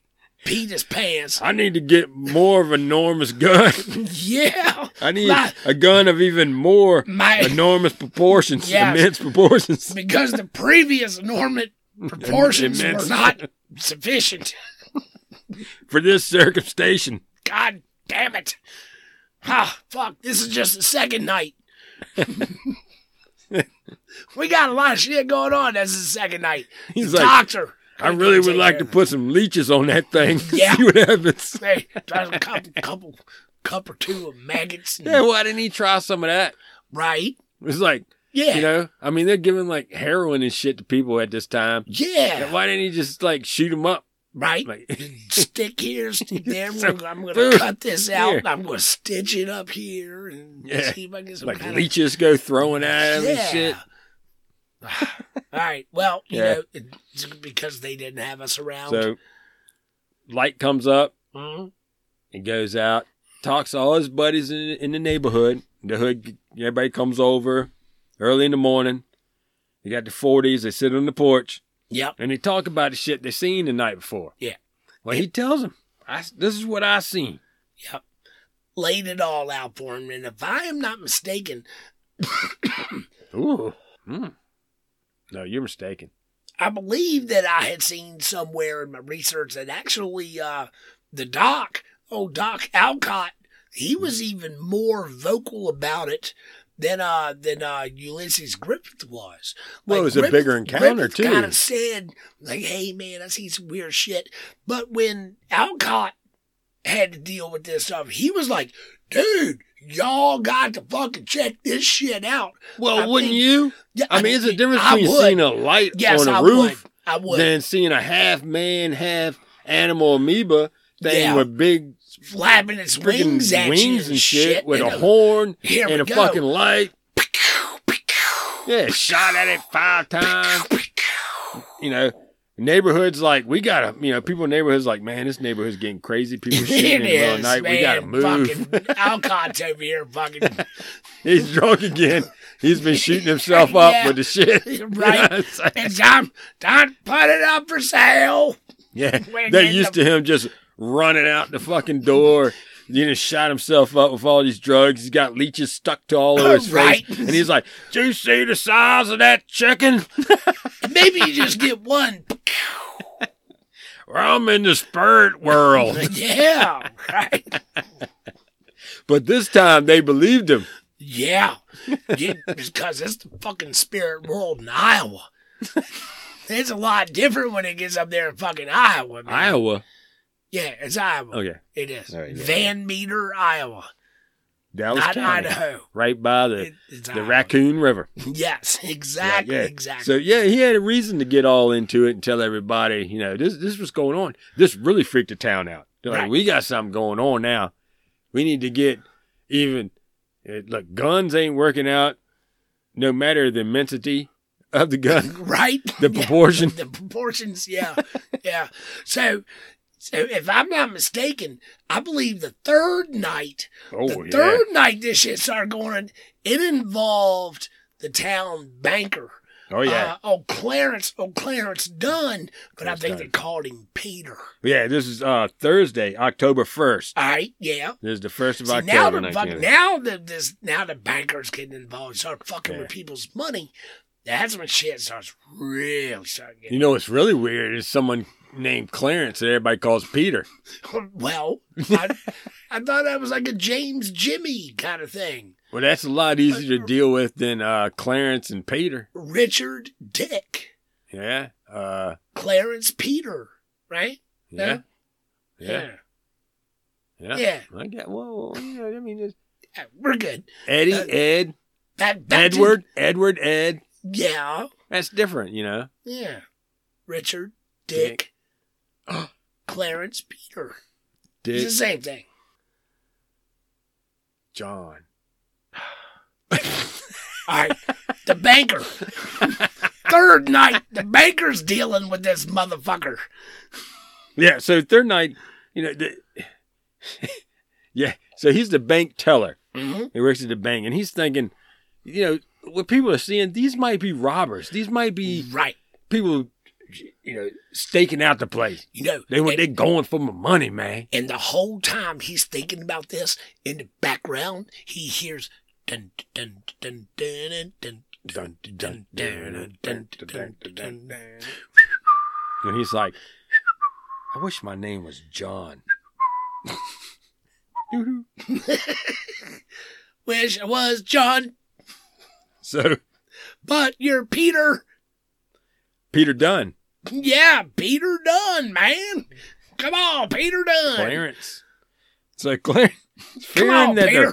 Speaker 3: peed his pants.
Speaker 4: I need to get more of an enormous gun.
Speaker 3: Yeah,
Speaker 4: I need
Speaker 3: Nah.
Speaker 4: a gun of even more
Speaker 3: my
Speaker 4: enormous proportions,
Speaker 3: Yes.
Speaker 4: immense proportions.
Speaker 3: because the previous enormous proportions were
Speaker 4: Immense.
Speaker 3: not sufficient.
Speaker 4: For this circumstation,
Speaker 3: God damn it. Ah, fuck, this is just the second night. we got a lot of shit going on. That's the second night.
Speaker 4: he's
Speaker 3: The
Speaker 4: like,
Speaker 3: doctor.
Speaker 4: I really would
Speaker 3: Take
Speaker 4: like
Speaker 3: care
Speaker 4: to
Speaker 3: of
Speaker 4: put some leeches on that thing.
Speaker 3: Yeah.
Speaker 4: See what happens.
Speaker 3: Hey, try a couple, couple, cup or two of maggots. and-
Speaker 4: Yeah, why didn't he try some of that?
Speaker 3: Right?
Speaker 4: It's like,
Speaker 3: Yeah.
Speaker 4: you know, I mean, they're giving like heroin and shit to people at this time.
Speaker 3: yeah.
Speaker 4: Why didn't he just like shoot them up?
Speaker 3: Right?
Speaker 4: Like,
Speaker 3: stick here, stick there.
Speaker 4: So-
Speaker 3: I'm going to cut this out.
Speaker 4: Here.
Speaker 3: and I'm going to stitch it up here and
Speaker 4: Yeah.
Speaker 3: see if I can get some
Speaker 4: like
Speaker 3: kind of
Speaker 4: leeches go throwing at him and shit.
Speaker 3: All right. Well, you
Speaker 4: Yeah.
Speaker 3: know, it's because they didn't have us around.
Speaker 4: So light comes up
Speaker 3: Mhm.
Speaker 4: and goes out. Talks to all his buddies in, in the neighborhood. The hood, everybody comes over early in the morning. You got the forties. They sit on the porch
Speaker 3: Yep.
Speaker 4: and they talk about the shit they seen the night before.
Speaker 3: Yeah.
Speaker 4: Well, he tells them, I, s- "This is what I seen."
Speaker 3: Yep. Laid it all out for him. And if I am not mistaken,
Speaker 4: Ooh. Mm. No, you're mistaken.
Speaker 3: I believe that I had seen somewhere in my research that actually uh, the doc, old Doc Alcott, he
Speaker 4: Hmm.
Speaker 3: was even more vocal about it than uh, than uh, Ulysses Griffith was.
Speaker 4: Well, it was a bigger encounter, too.
Speaker 3: Kind of said like, "Hey, man, I see some weird shit," but when Alcott had to deal with this stuff, he was like, "Dude." Y'all got to fucking check this shit out.
Speaker 4: Well,
Speaker 3: I
Speaker 4: wouldn't
Speaker 3: think-
Speaker 4: you?
Speaker 3: Yeah,
Speaker 4: I mean, it's a difference
Speaker 3: I
Speaker 4: between
Speaker 3: would.
Speaker 4: seeing a light
Speaker 3: Yes,
Speaker 4: on a
Speaker 3: I
Speaker 4: roof
Speaker 3: would. I would.
Speaker 4: than seeing a half man, half animal amoeba thing
Speaker 3: Yeah.
Speaker 4: with big
Speaker 3: flapping its
Speaker 4: freaking
Speaker 3: wings
Speaker 4: wings,
Speaker 3: at you
Speaker 4: and shit, with
Speaker 3: and
Speaker 4: a horn
Speaker 3: Here we
Speaker 4: and a
Speaker 3: go.
Speaker 4: fucking light. Yeah, shot at it five times. You know, neighborhoods like we gotta. You know, people in neighborhoods like, man, this neighborhood's getting crazy. People shooting in the middle of
Speaker 3: It is,
Speaker 4: the night.
Speaker 3: man.
Speaker 4: We gotta move.
Speaker 3: Fucking Alcott's over here, fucking
Speaker 4: He's drunk again. He's been shooting himself up
Speaker 3: Yeah.
Speaker 4: with the shit. You know
Speaker 3: Right.
Speaker 4: what I'm saying?
Speaker 3: and Tom, Don put it up for sale.
Speaker 4: Yeah,
Speaker 3: We're
Speaker 4: they're
Speaker 3: getting
Speaker 4: used to him just running out the fucking door. You know, shot himself up with all these drugs. He's got leeches stuck to all over his
Speaker 3: Right.
Speaker 4: face, and he's like, "Do you see the size of that chicken?
Speaker 3: Maybe you just get one.
Speaker 4: I'm in the spirit world."
Speaker 3: Yeah, right.
Speaker 4: but this time they believed him.
Speaker 3: Yeah, You- because it's the fucking spirit world in Iowa. It's a lot different when it gets up there in fucking Iowa. Man.
Speaker 4: Iowa.
Speaker 3: Yeah, it's Iowa.
Speaker 4: Okay,
Speaker 3: It is.
Speaker 4: All right, yeah.
Speaker 3: Van Meter, Iowa.
Speaker 4: Dallas
Speaker 3: Not
Speaker 4: County,
Speaker 3: Idaho.
Speaker 4: right by the
Speaker 3: It- it's
Speaker 4: the
Speaker 3: Iowa.
Speaker 4: Raccoon River.
Speaker 3: Yes, exactly,
Speaker 4: Yeah, yeah.
Speaker 3: exactly.
Speaker 4: So yeah, he had a reason to get all into it and tell everybody, you know, this this was going on. This really freaked the town out. They're like,
Speaker 3: Right.
Speaker 4: we got something going on now. We need to get even. It, look, guns ain't working out. No matter the immensity of the gun,
Speaker 3: right?
Speaker 4: the
Speaker 3: Yeah,
Speaker 4: proportion.
Speaker 3: the proportions, yeah, yeah. So, so if I'm not mistaken, I believe the third night,
Speaker 4: Oh
Speaker 3: the
Speaker 4: yeah,
Speaker 3: third night this shit started going, it involved the town banker.
Speaker 4: oh yeah,
Speaker 3: Uh, oh, Clarence, oh, Clarence Dunn, but I
Speaker 4: Clarence
Speaker 3: think
Speaker 4: Dunn.
Speaker 3: they called him Peter.
Speaker 4: yeah. This is uh Thursday, October first.
Speaker 3: All right, yeah.
Speaker 4: This is the first of
Speaker 3: See, now
Speaker 4: October.
Speaker 3: the fuck,
Speaker 4: 1980.
Speaker 3: now the this now the bankers getting involved, start fucking
Speaker 4: Yeah.
Speaker 3: with people's money. That's when shit starts really starting to get.
Speaker 4: You know what's really weird is someone named Clarence that everybody calls Peter.
Speaker 3: well, I, I thought that was like a James Jimmy kind of thing.
Speaker 4: Well, that's a lot easier to deal with than uh, Clarence and Peter.
Speaker 3: Richard Dick,
Speaker 4: Yeah. Uh,
Speaker 3: Clarence Peter, right?
Speaker 4: yeah. Yeah.
Speaker 3: Yeah.
Speaker 4: Yeah. I got, whoa, whoa, yeah, I mean, it's-
Speaker 3: Yeah, We're good.
Speaker 4: Eddie,
Speaker 3: Uh,
Speaker 4: Ed,
Speaker 3: Back, back to-
Speaker 4: Edward, Edward, Ed.
Speaker 3: yeah.
Speaker 4: That's different, you know.
Speaker 3: Yeah. Richard Dick, Clarence Peter. It's
Speaker 4: Dick,
Speaker 3: the same thing.
Speaker 4: John.
Speaker 3: All right. The banker. Third night, the banker's dealing with this motherfucker.
Speaker 4: Yeah. So third night, you know, the, yeah. So he's the bank teller.
Speaker 3: hmm
Speaker 4: He works at the bank, and he's thinking, you know, what people are seeing, these might be robbers. These might be
Speaker 3: Right.
Speaker 4: people, you know, staking out the place.
Speaker 3: You know,
Speaker 4: They were
Speaker 3: and-
Speaker 4: they going for my money, man.
Speaker 3: And the whole time he's thinking about this, in the background, he hears dun dun dun dun dun dun dun dun dun dun dun dun dun.
Speaker 4: And he's like, I wish my name was John. Doo-doo.
Speaker 3: Wish I was John,
Speaker 4: so
Speaker 3: but you're Peter.
Speaker 4: Peter Dunn,
Speaker 3: Yeah, Peter Dunn, man. Come on, Peter Dunn.
Speaker 4: Clarence. So Clarence,
Speaker 3: Come on,
Speaker 4: that
Speaker 3: Peter.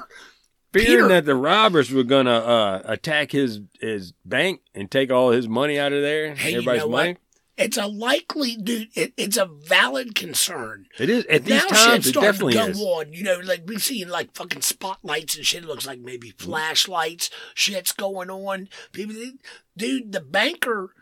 Speaker 4: the, fearing
Speaker 3: Peter.
Speaker 4: that the robbers were gonna uh, attack his his bank and take all his money out of there,
Speaker 3: Hey, you
Speaker 4: everybody's
Speaker 3: know what?
Speaker 4: money.
Speaker 3: It's a likely, dude. It, it's a valid concern.
Speaker 4: It is at these
Speaker 3: now
Speaker 4: times.
Speaker 3: shit's
Speaker 4: It
Speaker 3: starting
Speaker 4: definitely
Speaker 3: to go
Speaker 4: is.
Speaker 3: on. You know, like we've seen like fucking spotlights and shit. It looks like maybe
Speaker 4: Mm-hmm.
Speaker 3: flashlights. Shit's going on. People, dude, the banker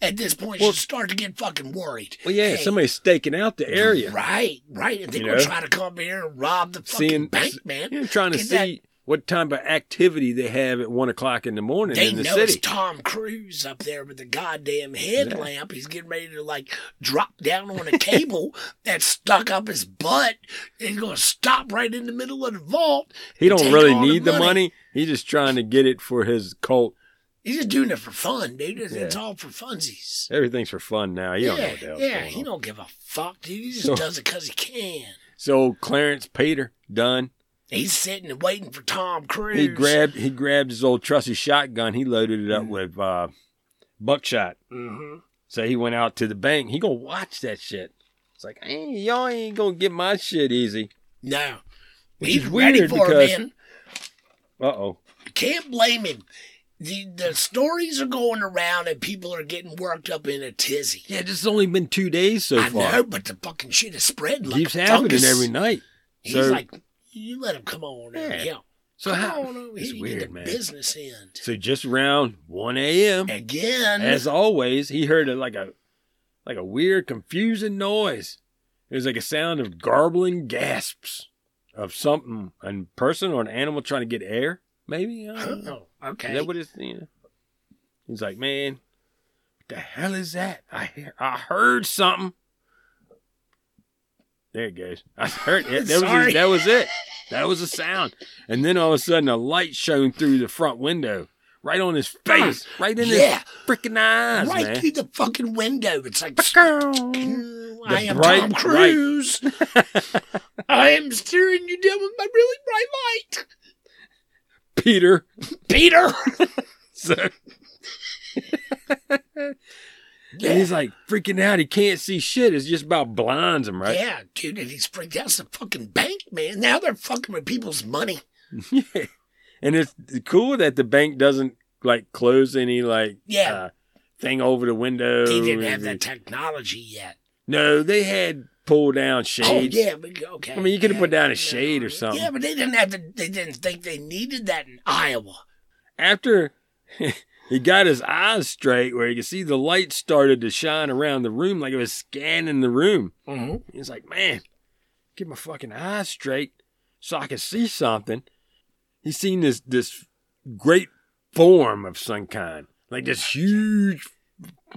Speaker 3: at this point
Speaker 4: Well-
Speaker 3: should start to get fucking worried.
Speaker 4: Well, yeah,
Speaker 3: Hey,
Speaker 4: somebody's staking out the area,
Speaker 3: Right, right. If they're
Speaker 4: You
Speaker 3: gonna
Speaker 4: know?
Speaker 3: try to come here and rob the fucking
Speaker 4: seeing
Speaker 3: bank, man.
Speaker 4: yeah, trying to
Speaker 3: Get
Speaker 4: see
Speaker 3: that-
Speaker 4: what type of activity they have at one o'clock in the morning
Speaker 3: They
Speaker 4: in the
Speaker 3: know
Speaker 4: city.
Speaker 3: it's Tom Cruise up there with the goddamn headlamp. He's getting ready to like drop down on a cable that's stuck up his butt. He's gonna stop right in the middle of the vault.
Speaker 4: he don't
Speaker 3: take
Speaker 4: really
Speaker 3: all the
Speaker 4: need the money.
Speaker 3: money.
Speaker 4: He's just trying to get it for his cult.
Speaker 3: He's just doing it for fun, dude. It's, it's
Speaker 4: Yeah.
Speaker 3: all for funsies.
Speaker 4: Everything's for fun now. You don't know
Speaker 3: yeah,
Speaker 4: what the hell's
Speaker 3: yeah.
Speaker 4: going
Speaker 3: He
Speaker 4: on.
Speaker 3: don't give a fuck, dude. He just
Speaker 4: So-
Speaker 3: does it because he can.
Speaker 4: So Clarence Peter Dunn,
Speaker 3: He's sitting and waiting for Tom Cruise.
Speaker 4: he grabbed he grabbed his old trusty shotgun. He loaded it up with uh, buckshot.
Speaker 3: hmm
Speaker 4: So he went out to the bank. He gonna watch that shit. It's like, hey, y'all ain't gonna get my shit easy.
Speaker 3: No,
Speaker 4: Which
Speaker 3: he's
Speaker 4: is
Speaker 3: ready
Speaker 4: weird
Speaker 3: for
Speaker 4: because-
Speaker 3: it, man.
Speaker 4: Uh oh.
Speaker 3: I can't blame him. The, the stories are going around and people are getting worked up in a tizzy.
Speaker 4: Yeah, this has only been two days so
Speaker 3: I
Speaker 4: far.
Speaker 3: know, but the fucking shit is spreading like
Speaker 4: Keeps
Speaker 3: a
Speaker 4: happening
Speaker 3: fungus.
Speaker 4: every night.
Speaker 3: He's
Speaker 4: so-
Speaker 3: like, you let him come on over
Speaker 4: Yeah.
Speaker 3: here.
Speaker 4: So
Speaker 3: come
Speaker 4: how?
Speaker 3: on over
Speaker 4: It's
Speaker 3: here. you
Speaker 4: weird,
Speaker 3: get the
Speaker 4: man.
Speaker 3: business end.
Speaker 4: So just around one a.m.
Speaker 3: Again.
Speaker 4: As always, he heard a, like a like a weird, confusing noise. It was like a sound of garbling gasps of something, a person or an animal trying to get air. Maybe I don't know.
Speaker 3: oh, okay.
Speaker 4: Is that what it's? You know? He's like, man, what the hell is that? I hear, I heard something. There it goes. I heard it. That was
Speaker 3: Sorry.
Speaker 4: that was it. That was a sound. And then all of a sudden, a light shone through the front window, right on his face, right in
Speaker 3: Yeah.
Speaker 4: his freaking eyes,
Speaker 3: right
Speaker 4: man.
Speaker 3: through the fucking window. It's like, "Ooh, I am
Speaker 4: bright
Speaker 3: Tom
Speaker 4: light.
Speaker 3: Cruise. I am steering you down with my really bright
Speaker 4: Peter.
Speaker 3: light, Peter.
Speaker 4: So,
Speaker 3: Yeah,
Speaker 4: And he's like freaking out. He can't see shit. It's just about blinds him, right?
Speaker 3: yeah, dude, and he's freaked out. It's the fucking bank, man. Now they're fucking with people's money.
Speaker 4: Yeah. And it's cool that the bank doesn't like close any like
Speaker 3: Yeah.
Speaker 4: uh, thing over the window.
Speaker 3: They didn't have that technology yet.
Speaker 4: No, they had pull down shades.
Speaker 3: Oh yeah, but, okay.
Speaker 4: I mean, you could have
Speaker 3: Yeah,
Speaker 4: put down a
Speaker 3: no.
Speaker 4: shade or something.
Speaker 3: Yeah, but they didn't have to. They didn't think they needed that in Iowa.
Speaker 4: After he got his eyes straight where he could see the light started to shine around the room like it was scanning the room.
Speaker 3: Mm-hmm.
Speaker 4: He was like, man, get my fucking eyes straight so I can see something. He seen this this great form of some kind, like this huge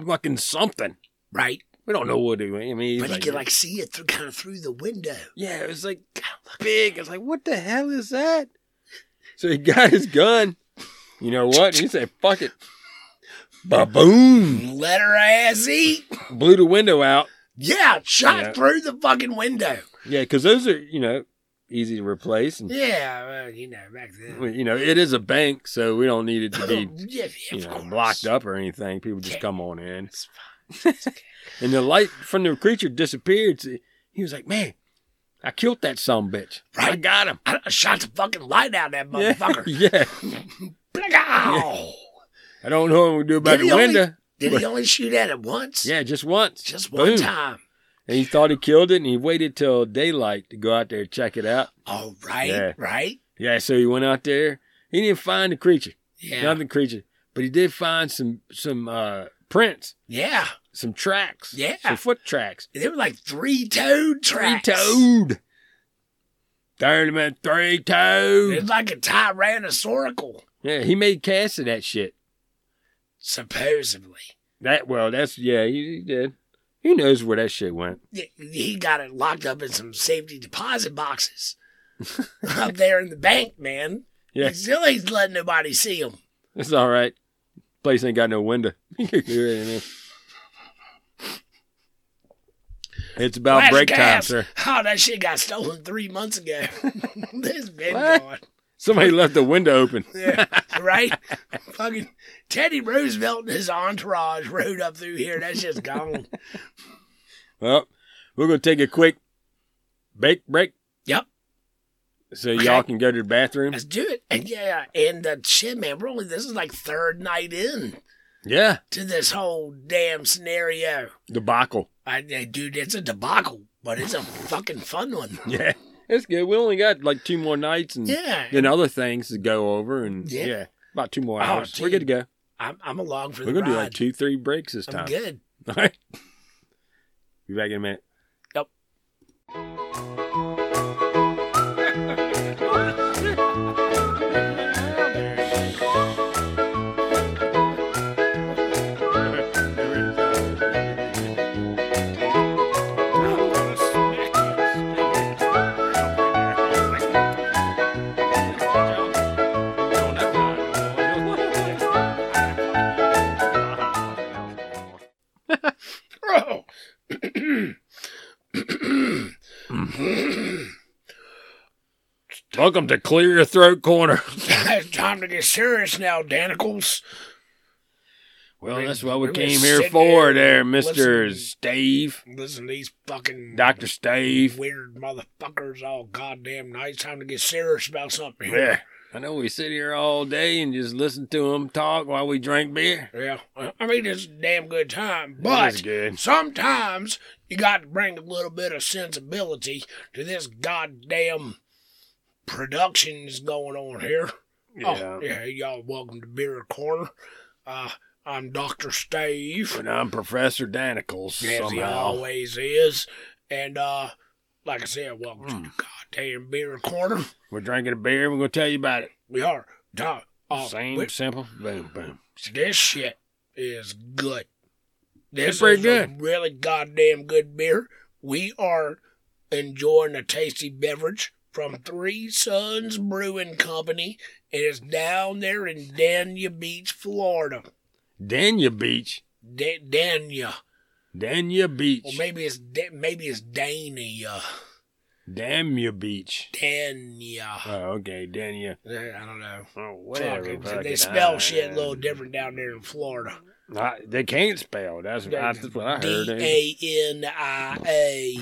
Speaker 4: fucking something.
Speaker 3: Right,
Speaker 4: We don't know what it. I mean, he's
Speaker 3: but he
Speaker 4: like,
Speaker 3: could like see it through kind of through the window.
Speaker 4: yeah, it was like big. I was like, what the hell is that? So he got his gun. You know what? He said, fuck it. Ba boom!
Speaker 3: Let her ass eat.
Speaker 4: Blew the window out.
Speaker 3: Yeah, shot
Speaker 4: Yeah.
Speaker 3: through the fucking window.
Speaker 4: Yeah, because those are you know easy to replace, and
Speaker 3: Yeah, well, you know, back then. Oh,
Speaker 4: you know it is a bank, so we don't need it to be
Speaker 3: yeah,
Speaker 4: you know,
Speaker 3: course.
Speaker 4: blocked up or anything. People just
Speaker 3: Yeah.
Speaker 4: come on in. and the light from the creature disappeared. So He was like, "Man, I killed that some bitch. I
Speaker 3: Right.
Speaker 4: got him,
Speaker 3: I done shot the fucking light out of that
Speaker 4: Yeah.
Speaker 3: motherfucker.
Speaker 4: yeah.
Speaker 3: Blackow!
Speaker 4: I don't know what we do about
Speaker 3: Did he
Speaker 4: the
Speaker 3: only-
Speaker 4: window.
Speaker 3: Did he only shoot at it once?
Speaker 4: Yeah, just once,
Speaker 3: Just one
Speaker 4: Boom.
Speaker 3: time.
Speaker 4: And he thought he killed it, and he waited till daylight to go out there and check it out.
Speaker 3: Oh, right,
Speaker 4: Yeah.
Speaker 3: right?
Speaker 4: Yeah, so he went out there. He didn't find the creature,
Speaker 3: Yeah.
Speaker 4: nothing creature, but he did find some some uh, prints,
Speaker 3: Yeah.
Speaker 4: some tracks,
Speaker 3: Yeah.
Speaker 4: some foot tracks.
Speaker 3: They were like three toed tracks.
Speaker 4: Three toed. Thirty man, three
Speaker 3: It's
Speaker 4: toed.
Speaker 3: like a tyrannosaurical,
Speaker 4: Yeah, he made casts of that shit.
Speaker 3: supposedly.
Speaker 4: That well, that's yeah, he, he did. He knows where that shit went.
Speaker 3: He- He got it locked up in some safety deposit boxes up there in the bank, man.
Speaker 4: Yeah.
Speaker 3: He still ain't letting nobody see him.
Speaker 4: It's all right. Place ain't got no window. You know what I mean? it's about
Speaker 3: Flash
Speaker 4: Oh, break time,
Speaker 3: gas.
Speaker 4: sir.
Speaker 3: Oh, that shit got stolen three months ago. it's been
Speaker 4: What?
Speaker 3: gone.
Speaker 4: Somebody left the window open.
Speaker 3: Yeah, right? Fucking Teddy Roosevelt and his entourage rode up through here. That's just gone.
Speaker 4: Well, we're gonna take a quick break break
Speaker 3: yep.
Speaker 4: so y'all
Speaker 3: Okay.
Speaker 4: can go to the bathroom.
Speaker 3: Let's do it. And yeah, and uh, shit, man, we're only, this is like third night in
Speaker 4: Yeah.
Speaker 3: to this whole damn scenario.
Speaker 4: Debacle.
Speaker 3: I, I- dude, it's a debacle, but it's a fucking fun one.
Speaker 4: Yeah. It's good. We only got like two more nights and
Speaker 3: Yeah.
Speaker 4: and other things to go over and yeah,
Speaker 3: Yeah.
Speaker 4: about two more
Speaker 3: Oh,
Speaker 4: hours. We're
Speaker 3: gee.
Speaker 4: good to go.
Speaker 3: I'm, I'm along for
Speaker 4: We're
Speaker 3: the
Speaker 4: gonna
Speaker 3: ride.
Speaker 4: do like two, three breaks this time.
Speaker 3: I'm good.
Speaker 4: All right. Be back in a minute.
Speaker 3: Yep. Bro.
Speaker 4: Welcome to Clear Your Throat Corner.
Speaker 3: it's time to get serious now, Danicles.
Speaker 4: Well,
Speaker 3: We're-
Speaker 4: that's what we
Speaker 3: we're
Speaker 4: came
Speaker 3: just
Speaker 4: here
Speaker 3: sitting
Speaker 4: for, there,
Speaker 3: here
Speaker 4: Mister
Speaker 3: listening.
Speaker 4: Steve,
Speaker 3: Listen to these fucking
Speaker 4: Doctor Steve.
Speaker 3: weird motherfuckers all goddamn night. It's time to get serious about something.
Speaker 4: Yeah, I know we sit here all day and just listen to him talk while we drink beer.
Speaker 3: Yeah. I mean, it's a damn good time,
Speaker 4: It is
Speaker 3: but
Speaker 4: good.
Speaker 3: sometimes you got to bring a little bit of sensibility to this goddamn production that's going on here.
Speaker 4: Yeah.
Speaker 3: Oh, yeah, y'all welcome to Beer Corner. Uh, I'm Dr. Steve.
Speaker 4: And I'm Professor Danicles
Speaker 3: as he
Speaker 4: somehow.
Speaker 3: always is. And uh like I said, welcome
Speaker 4: Hmm.
Speaker 3: to the goddamn beer corner.
Speaker 4: We're drinking a beer. We're gonna tell you about it.
Speaker 3: We are done. Oh,
Speaker 4: Same,
Speaker 3: we-
Speaker 4: simple. Boom, boom.
Speaker 3: this shit is good. This
Speaker 4: It's pretty
Speaker 3: is
Speaker 4: good.
Speaker 3: A really goddamn good beer. We are enjoying a tasty beverage from Three Sons Brewing Company. It is down there in Dania Beach, Florida.
Speaker 4: Dania Beach.
Speaker 3: Da- Dania.
Speaker 4: Dania Beach.
Speaker 3: Well, maybe it's da- maybe it's Dania.
Speaker 4: Damia Beach.
Speaker 3: Dania.
Speaker 4: Oh, okay, Dania.
Speaker 3: Yeah, I don't know.
Speaker 4: Oh,
Speaker 3: Fucking- they spell shit a little different down there in Florida.
Speaker 4: I, they can't spell. That's, that's what I heard.
Speaker 3: D A N I A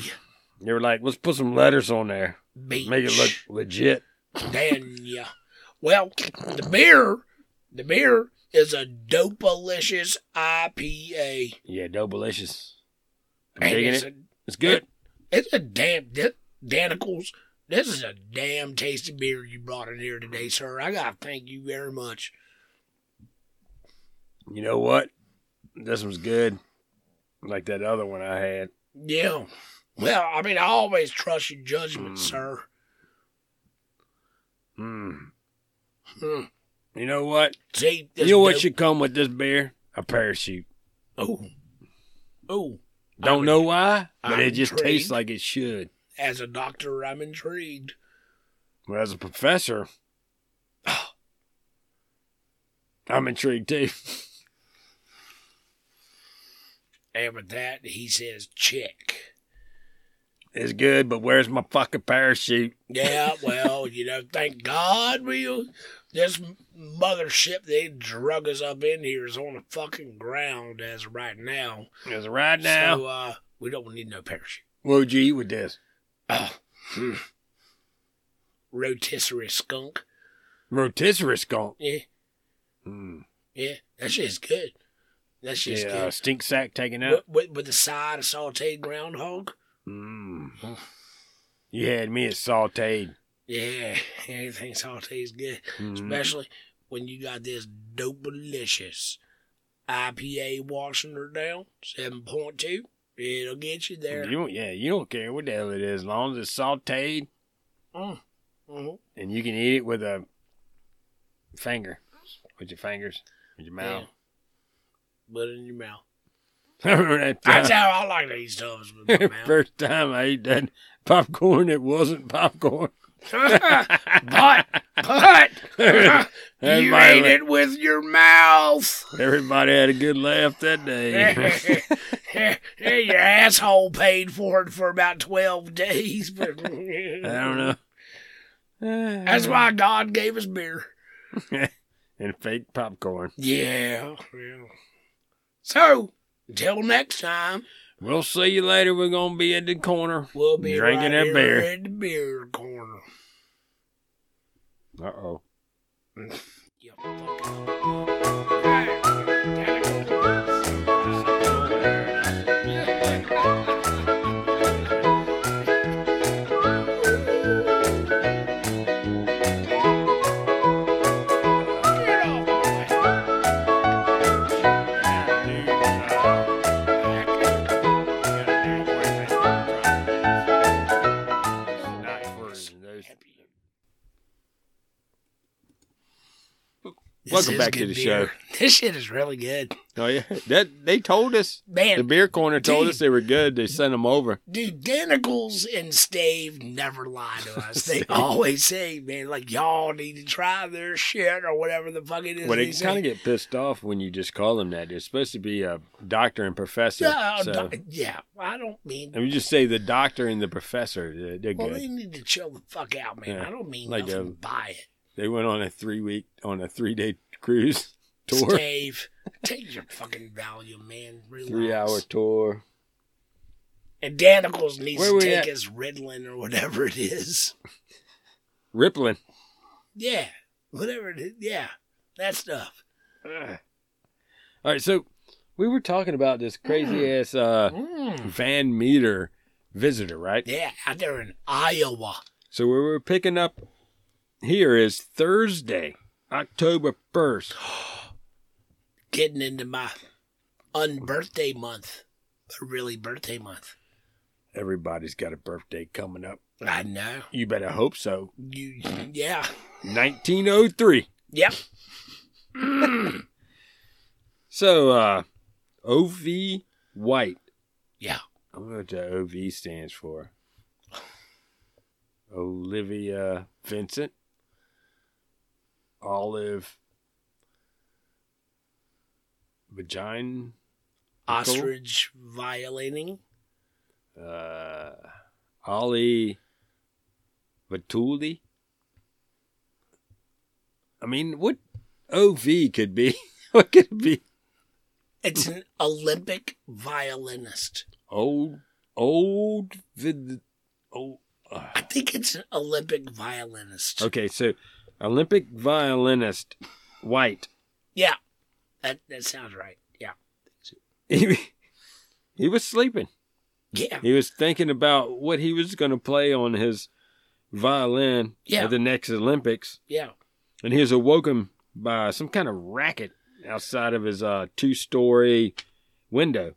Speaker 4: They were like, let's put some letters on there,
Speaker 3: Beach.
Speaker 4: make it look legit.
Speaker 3: Dania. Well, the beer, the beer is a dopalicious IPA.
Speaker 4: Yeah, Dobalicious. I'm
Speaker 3: And
Speaker 4: digging
Speaker 3: it's,
Speaker 4: it.
Speaker 3: A,
Speaker 4: It's good.
Speaker 3: it's a damn this, Danicles. This is a damn tasty beer you brought in here today, sir. I gotta thank you very much.
Speaker 4: You know what? This one's good. Like that other one I had.
Speaker 3: Yeah. Well, I mean, I always trust your judgment,
Speaker 4: Mm.
Speaker 3: sir.
Speaker 4: Mm.
Speaker 3: Hmm.
Speaker 4: You know what?
Speaker 3: See,
Speaker 4: You
Speaker 3: this
Speaker 4: know what
Speaker 3: dope-
Speaker 4: should come with this beer? A parachute.
Speaker 3: Oh. Oh.
Speaker 4: Don't know why, but
Speaker 3: I'm
Speaker 4: it just
Speaker 3: intrigued.
Speaker 4: tastes like it should.
Speaker 3: As a doctor, I'm intrigued.
Speaker 4: Well, as a professor, I'm intrigued too.
Speaker 3: And with that, he says, check.
Speaker 4: It's good, but where's my fucking parachute?
Speaker 3: Yeah, well, you know, thank God we this mothership they drug us up in here is on the fucking ground as of right now.
Speaker 4: Because right now,
Speaker 3: So uh, we don't need no parachute.
Speaker 4: what would you eat with this?
Speaker 3: Oh, rotisserie skunk.
Speaker 4: Rotisserie skunk.
Speaker 3: Yeah,
Speaker 4: Mm.
Speaker 3: yeah, that shit's good. That shit's
Speaker 4: Yeah,
Speaker 3: good.
Speaker 4: stink sack taken out.
Speaker 3: With, with, with the side of sauteed groundhog.
Speaker 4: Mm. You had me at sauteed.
Speaker 3: Yeah, anything sauteed's good,
Speaker 4: Mm.
Speaker 3: especially when you got this dope delicious IPA washing her down, seven point two. It'll get you there.
Speaker 4: You don't, yeah, you don't care what the hell it is, as long as it's sauteed
Speaker 3: Mm, mhm.
Speaker 4: and you can eat it with a finger, with your fingers, with your
Speaker 3: Yeah.
Speaker 4: mouth.
Speaker 3: Put it in your mouth.
Speaker 4: I remember that time-
Speaker 3: That's how I like to eat stuff is with my mouth.
Speaker 4: First time I ate that popcorn, it wasn't popcorn.
Speaker 3: but, but, you
Speaker 4: Everybody,
Speaker 3: ate it with your mouth.
Speaker 4: everybody had a good laugh that day.
Speaker 3: your asshole paid for it for about 12 days. But
Speaker 4: I don't know.
Speaker 3: That's why God gave us beer.
Speaker 4: And fake popcorn.
Speaker 3: Yeah. yeah. So, until next time,
Speaker 4: We'll see you later. We're gonna be in the corner.
Speaker 3: we'll be
Speaker 4: Drinking that
Speaker 3: right here
Speaker 4: beer.
Speaker 3: in the beer corner.
Speaker 4: Uh oh.
Speaker 3: You fucking- This
Speaker 4: Welcome
Speaker 3: is
Speaker 4: back to
Speaker 3: good
Speaker 4: the
Speaker 3: beer. This shit is really good.
Speaker 4: Oh yeah, that they told us the
Speaker 3: Man,
Speaker 4: beer corner told
Speaker 3: Dude.
Speaker 4: us they were good. They sent them over.
Speaker 3: dude, Danicles and Stave never lie to us. They always say, man, like, y'all need to try their shit or whatever the fuck it is.
Speaker 4: Well,
Speaker 3: they
Speaker 4: they
Speaker 3: say.
Speaker 4: kind of get pissed off when you just call them that. They're supposed to be a doctor and professor.
Speaker 3: No,
Speaker 4: so,
Speaker 3: no, yeah, I don't mean.
Speaker 4: and we just say the doctor and the professor. They're, they're
Speaker 3: Well,
Speaker 4: good.
Speaker 3: they need to chill the fuck out, man.
Speaker 4: Yeah,
Speaker 3: I don't mean
Speaker 4: like um,
Speaker 3: nothing
Speaker 4: a
Speaker 3: by it.
Speaker 4: They went on a three week on a three day cruise tour,
Speaker 3: Stave, take your fucking volume, man. Relax.
Speaker 4: three hour tour.
Speaker 3: And Danicles needs
Speaker 4: Where
Speaker 3: to
Speaker 4: we
Speaker 3: take
Speaker 4: at?
Speaker 3: his Ritalin or whatever it is.
Speaker 4: Rippling.
Speaker 3: Yeah, whatever it is. Yeah, that stuff.
Speaker 4: All right, so we were talking about this crazy ass uh,
Speaker 3: Mm.
Speaker 4: Van Meter visitor, right?
Speaker 3: Yeah, out there in Iowa.
Speaker 4: So where we're picking up here is Thursday, October first.
Speaker 3: getting into my unbirthday month, but really birthday month.
Speaker 4: Everybody's got a birthday coming up.
Speaker 3: I know.
Speaker 4: You better hope so.
Speaker 3: You, yeah.
Speaker 4: 1903.
Speaker 3: Yep.
Speaker 4: So uh, OV White.
Speaker 3: Yeah.
Speaker 4: I wonder what the OV stands for. Olivia Vincent. Olive. Vagina.
Speaker 3: Ostrich violating.
Speaker 4: Uh, Ollie Vatuli. I mean, what OV could be? what could it be?
Speaker 3: It's an Olympic violinist.
Speaker 4: Old, old, oh, vid, old.
Speaker 3: I think it's an Olympic violinist.
Speaker 4: Okay, so Olympic violinist, white.
Speaker 3: Yeah. That, that sounds right. Yeah.
Speaker 4: He, he was sleeping.
Speaker 3: Yeah.
Speaker 4: He was thinking about what he was going to play on his violin
Speaker 3: Yeah.
Speaker 4: at the next Olympics.
Speaker 3: Yeah.
Speaker 4: and he was awoken by some kind of racket outside of his uh, two-story window.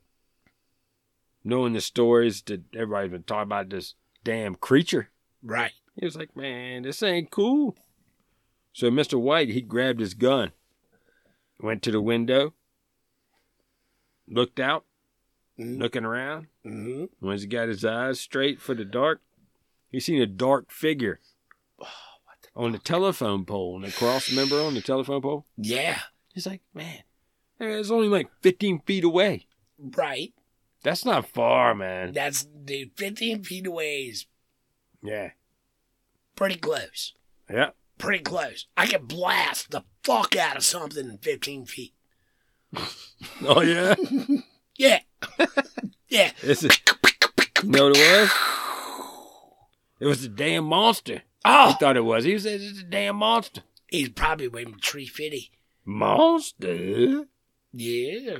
Speaker 4: Knowing the stories that everybody's been talking about this damn creature,
Speaker 3: Right.
Speaker 4: he was like, "Man, this ain't cool." So Mister White he grabbed his gun, went to the window, looked out, looking around.
Speaker 3: Mm-hmm.
Speaker 4: Once he got his eyes straight for the dark, he seen a dark figure on the telephone pole, and the cross member on the telephone pole.
Speaker 3: Yeah.
Speaker 4: He's like, man, hey, it's only like 15 feet away.
Speaker 3: Right.
Speaker 4: That's not far, man.
Speaker 3: That's dude, 15 feet away is
Speaker 4: Yeah.
Speaker 3: pretty close.
Speaker 4: Yeah.
Speaker 3: Pretty close. I can blast the fuck out of something in 15 feet.
Speaker 4: Oh yeah.
Speaker 3: Yeah. yeah.
Speaker 4: This is. You know what it was? It was the damn monster. I
Speaker 3: Oh,
Speaker 4: thought it was. He says it's a damn monster.
Speaker 3: he's probably waiting for 350.
Speaker 4: Monster.
Speaker 3: Yeah.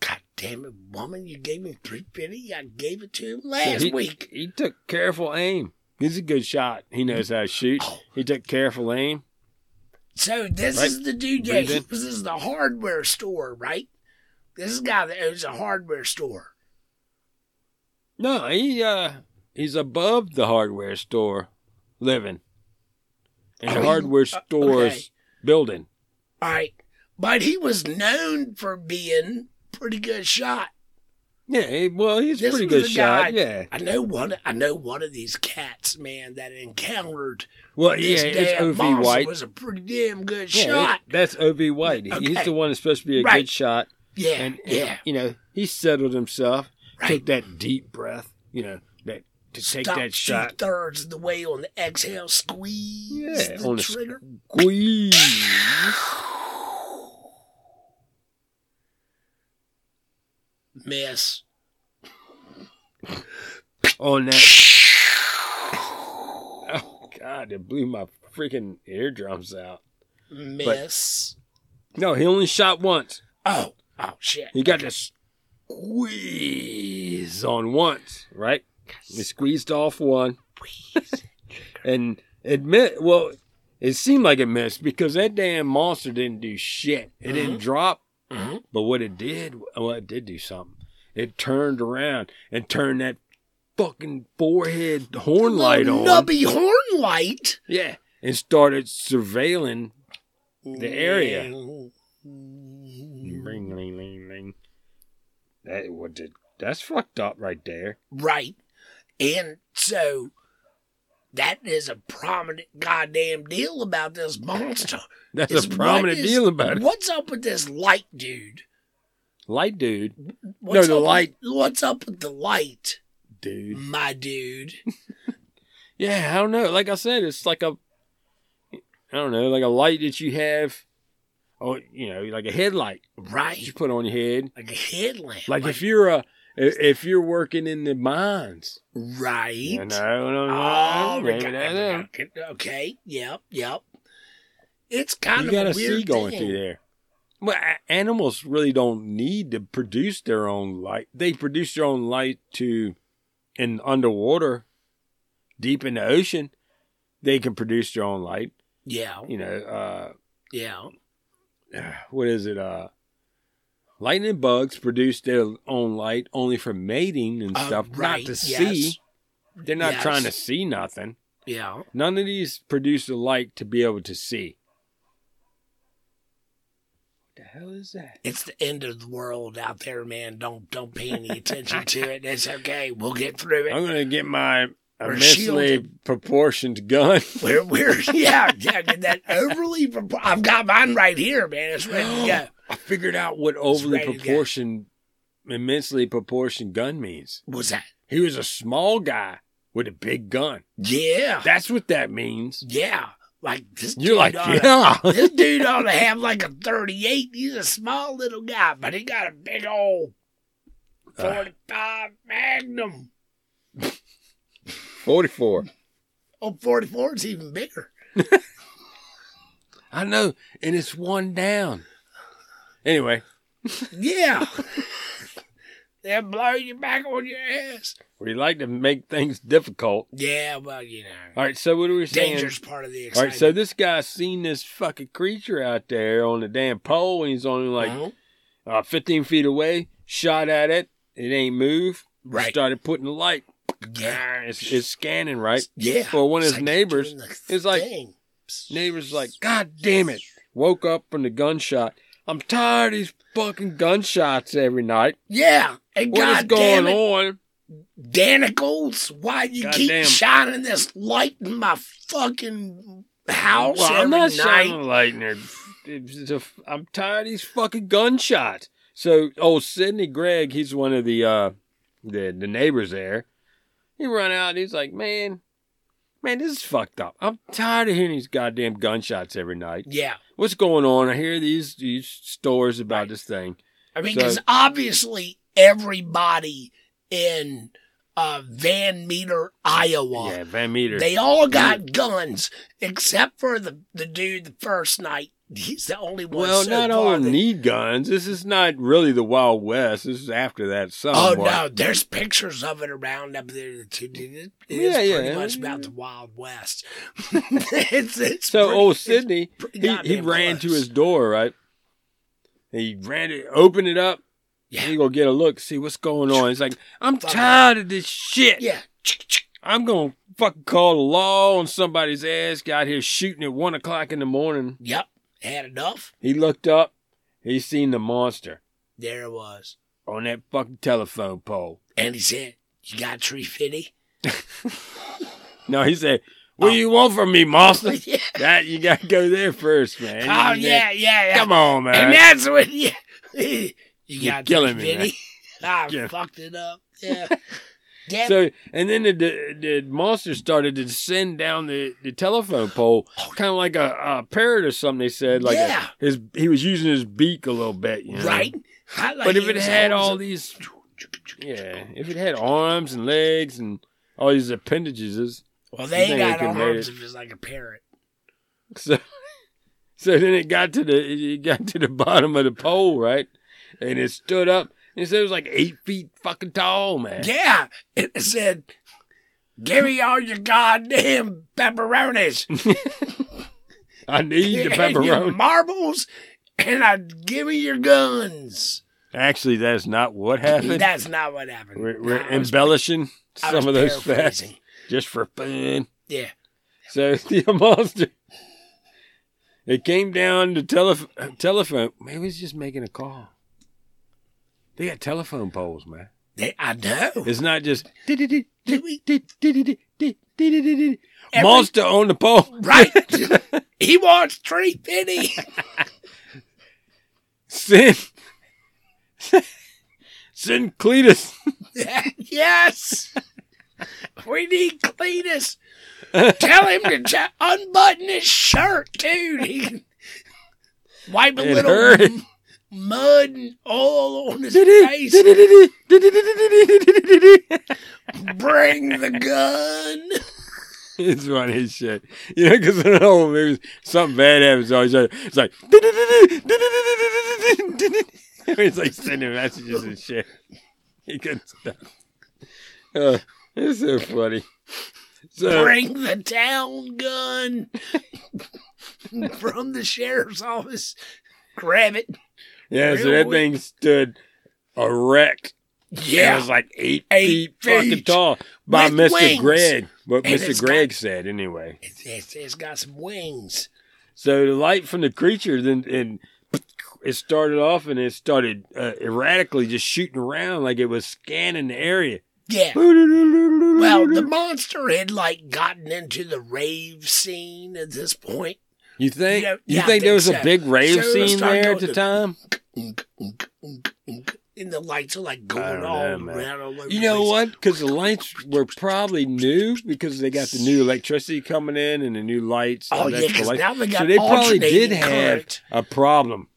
Speaker 3: God damn it, woman. You gave me 350. I gave it to him last
Speaker 4: he,
Speaker 3: week.
Speaker 4: He took careful aim. He's a good shot. He knows how to shoot. He took careful aim.
Speaker 3: So this
Speaker 4: Right.
Speaker 3: is the dude. Yeah,
Speaker 4: Breathe
Speaker 3: he-
Speaker 4: in.
Speaker 3: this is the hardware store, right? This is a guy that owns a hardware store.
Speaker 4: No, he uh he's above the hardware store living. In
Speaker 3: Oh,
Speaker 4: the
Speaker 3: he-
Speaker 4: hardware
Speaker 3: uh,
Speaker 4: store's
Speaker 3: okay.
Speaker 4: building.
Speaker 3: All right. But he was known for being pretty good shot.
Speaker 4: Yeah, he, well, he's a
Speaker 3: This
Speaker 4: pretty
Speaker 3: was
Speaker 4: good
Speaker 3: a
Speaker 4: shot.
Speaker 3: guy-
Speaker 4: Yeah.
Speaker 3: I know one. I know one of these cats, man, that encountered
Speaker 4: Well,
Speaker 3: this
Speaker 4: yeah, it's
Speaker 3: damn
Speaker 4: OV
Speaker 3: monster
Speaker 4: White.
Speaker 3: was a pretty damn good
Speaker 4: Yeah,
Speaker 3: shot.
Speaker 4: it- that's OV White. He- He's
Speaker 3: Okay.
Speaker 4: the one that's supposed to be a
Speaker 3: Right.
Speaker 4: good shot.
Speaker 3: Yeah,
Speaker 4: And, and,
Speaker 3: yeah.
Speaker 4: you know, he settled himself, took
Speaker 3: Right.
Speaker 4: that deep breath, you know, that to take
Speaker 3: Stop
Speaker 4: that shot.
Speaker 3: Two thirds of the way on the exhale, squeeze
Speaker 4: Yeah,
Speaker 3: the
Speaker 4: on the
Speaker 3: trigger.
Speaker 4: Squeeze.
Speaker 3: Miss.
Speaker 4: on that. Oh God! It blew my freaking eardrums out.
Speaker 3: Miss.
Speaker 4: No, he only shot once.
Speaker 3: oh, oh shit.
Speaker 4: He got to squeeze on once, right? He squeezed off one, and admit. Well, it seemed like it missed because that damn monster didn't do shit. It didn't
Speaker 3: Mm-hmm.
Speaker 4: drop.
Speaker 3: Mhm.
Speaker 4: But what it did, well, it did do something. It turned around and turned that fucking forehead horn light
Speaker 3: Little
Speaker 4: on.
Speaker 3: Nubby horn light.
Speaker 4: Yeah. And started surveilling. The area.
Speaker 3: Mm.
Speaker 4: Ring, ring, ring, ring. That what did that's fucked up right there.
Speaker 3: Right. And so that is a prominent goddamn deal about this monster.
Speaker 4: That's
Speaker 3: Is
Speaker 4: a
Speaker 3: what
Speaker 4: prominent
Speaker 3: is-
Speaker 4: deal about it.
Speaker 3: What's up with this light, dude?
Speaker 4: Light dude.
Speaker 3: What's
Speaker 4: the
Speaker 3: up with-
Speaker 4: light.
Speaker 3: what's up with the light,
Speaker 4: Dude.
Speaker 3: my dude?
Speaker 4: Yeah, I don't know. Like I said, it's like a I don't know, like a light that you have oh you know, like a headlight that
Speaker 3: Right.
Speaker 4: you put on your head.
Speaker 3: Like a headlamp.
Speaker 4: Like if you're a if you're working in the mines.
Speaker 3: Right.
Speaker 4: You know, no,
Speaker 3: Oh,
Speaker 4: no,
Speaker 3: we
Speaker 4: maybe
Speaker 3: got-
Speaker 4: that-
Speaker 3: we got- okay. Yep. Yep. It's kind
Speaker 4: you
Speaker 3: of
Speaker 4: got
Speaker 3: a
Speaker 4: a
Speaker 3: weird
Speaker 4: sea going
Speaker 3: thing.
Speaker 4: through there. Well, a- animals really don't need to produce their own light. They produce their own light to, in underwater, deep in the ocean, they can produce their own light.
Speaker 3: Yeah.
Speaker 4: You know,
Speaker 3: Yeah.
Speaker 4: uh, what is it? Uh, lightning bugs produce their own light only for mating and
Speaker 3: Uh,
Speaker 4: stuff, not
Speaker 3: right,
Speaker 4: to
Speaker 3: yes.
Speaker 4: see. They're not
Speaker 3: Yes.
Speaker 4: trying to see nothing.
Speaker 3: Yeah.
Speaker 4: None of these produce the light to be able to see. What the hell is that?
Speaker 3: It's the end of the world out there, man. Don't don't pay any attention to it. It's okay. We'll get through it.
Speaker 4: I'm gonna get my
Speaker 3: We're
Speaker 4: immensely
Speaker 3: shielded.
Speaker 4: proportioned gun.
Speaker 3: We're we're yeah, yeah. Get that overly. Pro- I've got mine right here, man. It's ready to go.
Speaker 4: I figured out what overly
Speaker 3: ready to go.
Speaker 4: proportioned, immensely proportioned gun means.
Speaker 3: What's that?
Speaker 4: He was a small guy with a big gun.
Speaker 3: Yeah,
Speaker 4: That's what that means.
Speaker 3: yeah. Like this.
Speaker 4: You're
Speaker 3: dude
Speaker 4: like,
Speaker 3: oughta-
Speaker 4: yeah.
Speaker 3: This dude ought to have like a 38. He's a small little guy, but he got a big old
Speaker 4: Uh.
Speaker 3: 45 Magnum.
Speaker 4: 44.
Speaker 3: Oh, 44 is even bigger.
Speaker 4: I know, and it's one down. Anyway,
Speaker 3: Yeah. They'll blow you back on your ass.
Speaker 4: we like to make things difficult.
Speaker 3: Yeah, well, you know.
Speaker 4: All right, so what are we saying?
Speaker 3: Danger's part of the
Speaker 4: All
Speaker 3: excitement.
Speaker 4: right, so this guy's seen this fucking creature out there on the damn pole, and he's only like
Speaker 3: Uh-huh.
Speaker 4: uh, 15 feet away, shot at it. It ain't move.
Speaker 3: Right.
Speaker 4: Started putting the light.
Speaker 3: yeah.
Speaker 4: It's, it's scanning, right?
Speaker 3: Yeah.
Speaker 4: Well, one of
Speaker 3: It's
Speaker 4: his
Speaker 3: like
Speaker 4: neighbors
Speaker 3: doing the
Speaker 4: is like-
Speaker 3: thing.
Speaker 4: Neighbor's like, God damn it. Woke up from the gunshot. I'm tired of these fucking gunshots every night.
Speaker 3: Yeah. And
Speaker 4: What is
Speaker 3: God damn
Speaker 4: going
Speaker 3: it,
Speaker 4: on?
Speaker 3: Danicles, why you keep
Speaker 4: Goddamn.
Speaker 3: shining this light in my fucking house
Speaker 4: Well,
Speaker 3: every
Speaker 4: I'm not
Speaker 3: night?
Speaker 4: shining a light in there. It's a- I'm tired of these fucking gunshots. So, old Sidney Gregg, he's one of the uh, the the neighbors there. He run out and he's like, Man, man, this is fucked up. I'm tired of hearing these goddamn gunshots every night.
Speaker 3: Yeah.
Speaker 4: What's going on? I hear these these stories about this thing.
Speaker 3: I mean,
Speaker 4: So-
Speaker 3: because obviously everybody in uh, Van Meter, Iowa,
Speaker 4: Yeah, Van Meter.
Speaker 3: they all got guns except for the, the dude the first night. He's the only one.
Speaker 4: well,
Speaker 3: so
Speaker 4: not
Speaker 3: far
Speaker 4: all
Speaker 3: that-
Speaker 4: need guns. This is not really the Wild West. This is after that
Speaker 3: Oh
Speaker 4: somewhat.
Speaker 3: no, there's pictures of it around up there. too. It is
Speaker 4: Yeah, yeah,
Speaker 3: pretty
Speaker 4: I
Speaker 3: much
Speaker 4: mean-
Speaker 3: about the Wild West. it's, it's
Speaker 4: So
Speaker 3: pretty-
Speaker 4: old
Speaker 3: it's
Speaker 4: Sydney,
Speaker 3: pretty
Speaker 4: he, he
Speaker 3: goddamn
Speaker 4: ran to
Speaker 3: close.
Speaker 4: his door, right? He ran it, opened it up.
Speaker 3: Yeah.
Speaker 4: He gonna get a look, see what's going on. He's like, I'm
Speaker 3: Fuck.
Speaker 4: tired of this shit.
Speaker 3: yeah.
Speaker 4: I'm gonna fucking call the law on somebody's ass. Got here shooting at one o'clock in the morning.
Speaker 3: Yep, had enough.
Speaker 4: He looked up. He seen the monster
Speaker 3: There it was,
Speaker 4: on that fucking telephone pole.
Speaker 3: and he said, "You got tree fitty?"
Speaker 4: No, he said, "What
Speaker 3: Oh.
Speaker 4: do you want from me, monster?"
Speaker 3: yeah.
Speaker 4: that you gotta go there first, man.
Speaker 3: Oh
Speaker 4: You-
Speaker 3: yeah, yeah, yeah.
Speaker 4: come on, man.
Speaker 3: And that's when yeah, you
Speaker 4: You're
Speaker 3: got
Speaker 4: killing
Speaker 3: killing
Speaker 4: me,
Speaker 3: Vinny. I
Speaker 4: Yeah.
Speaker 3: fucked it up. Yeah. yeah.
Speaker 4: So and then the, the the monster started to descend down the, the telephone pole, kind of like a, a parrot or something. They said like a-
Speaker 3: Oh, Yeah.
Speaker 4: his he was using his beak a little bit, you know?
Speaker 3: right? I like
Speaker 4: but if
Speaker 3: he
Speaker 4: it
Speaker 3: was
Speaker 4: had
Speaker 3: always-
Speaker 4: all these, yeah, if it had arms and legs and all these appendages,
Speaker 3: well, they
Speaker 4: you
Speaker 3: ain't
Speaker 4: think it
Speaker 3: got
Speaker 4: could made
Speaker 3: arms
Speaker 4: it.
Speaker 3: if it's like a parrot.
Speaker 4: so so then it got to the it got to the bottom of the pole, right? And it stood up. And so it was like eight feet fucking tall, man.
Speaker 3: Yeah, it said, "Give me all your goddamn pepperonis,
Speaker 4: I need the
Speaker 3: and your
Speaker 4: pepperoni.
Speaker 3: marbles, and I give me your guns."
Speaker 4: Actually, that's not what happened.
Speaker 3: That's not what happened.
Speaker 4: We're, we're
Speaker 3: I was-
Speaker 4: embellishing
Speaker 3: I
Speaker 4: some
Speaker 3: was
Speaker 4: of those facts
Speaker 3: paraphrasing.
Speaker 4: just for fun.
Speaker 3: Yeah.
Speaker 4: So the monster, it came down to telef- telephone. Maybe it's just making a call. They got telephone poles, man.
Speaker 3: They, I know.
Speaker 4: It's not just
Speaker 3: Every-
Speaker 4: monster on the pole,
Speaker 3: Right. he wants three penny.
Speaker 4: Send, send Cletus.
Speaker 3: yes. We need Cletus. Tell him to j- unbutton his shirt, dude. He can wipe a
Speaker 4: And
Speaker 3: little
Speaker 4: hurry.
Speaker 3: mud and oil on his face.
Speaker 4: it's
Speaker 3: Bring the gun.
Speaker 4: funny as shit. You know, because in all movies, something bad happens. to always It's like, it's like sending messages and shit. He couldn't stop. Uh, it's so funny. So,
Speaker 3: Bring the town gun from the sheriff's office. Grab it.
Speaker 4: yeah, so that thing stood erect. It
Speaker 3: Yeah.
Speaker 4: was like eight,
Speaker 3: Eight
Speaker 4: feet, fucking
Speaker 3: feet.
Speaker 4: tall by
Speaker 3: With
Speaker 4: Mr.
Speaker 3: wings.
Speaker 4: Gregg. What
Speaker 3: And
Speaker 4: Mr.
Speaker 3: it's
Speaker 4: Gregg said, anyway.
Speaker 3: It's, it's, it's got some wings.
Speaker 4: So the light from the creature then and it started off and it started uh, erratically just shooting around like it was scanning the area.
Speaker 3: Yeah. Well, the monster had like gotten into the rave scene at this point.
Speaker 4: you think
Speaker 3: Yeah,
Speaker 4: you
Speaker 3: yeah, I
Speaker 4: think there
Speaker 3: think
Speaker 4: was a
Speaker 3: so.
Speaker 4: big rave
Speaker 3: So it
Speaker 4: scene
Speaker 3: started
Speaker 4: there at
Speaker 3: going
Speaker 4: the
Speaker 3: to-
Speaker 4: time?
Speaker 3: Unk, unk, unk, unk. And the lights are like
Speaker 4: I don't
Speaker 3: going
Speaker 4: know,
Speaker 3: all
Speaker 4: man.
Speaker 3: around. All over
Speaker 4: You
Speaker 3: the
Speaker 4: know
Speaker 3: place.
Speaker 4: what? Because the lights were probably new because they got the new electricity coming in and the new lights.
Speaker 3: Oh yeah,
Speaker 4: electrical
Speaker 3: because
Speaker 4: lights.
Speaker 3: now they got
Speaker 4: so they probably did
Speaker 3: alternating
Speaker 4: have
Speaker 3: current.
Speaker 4: a problem.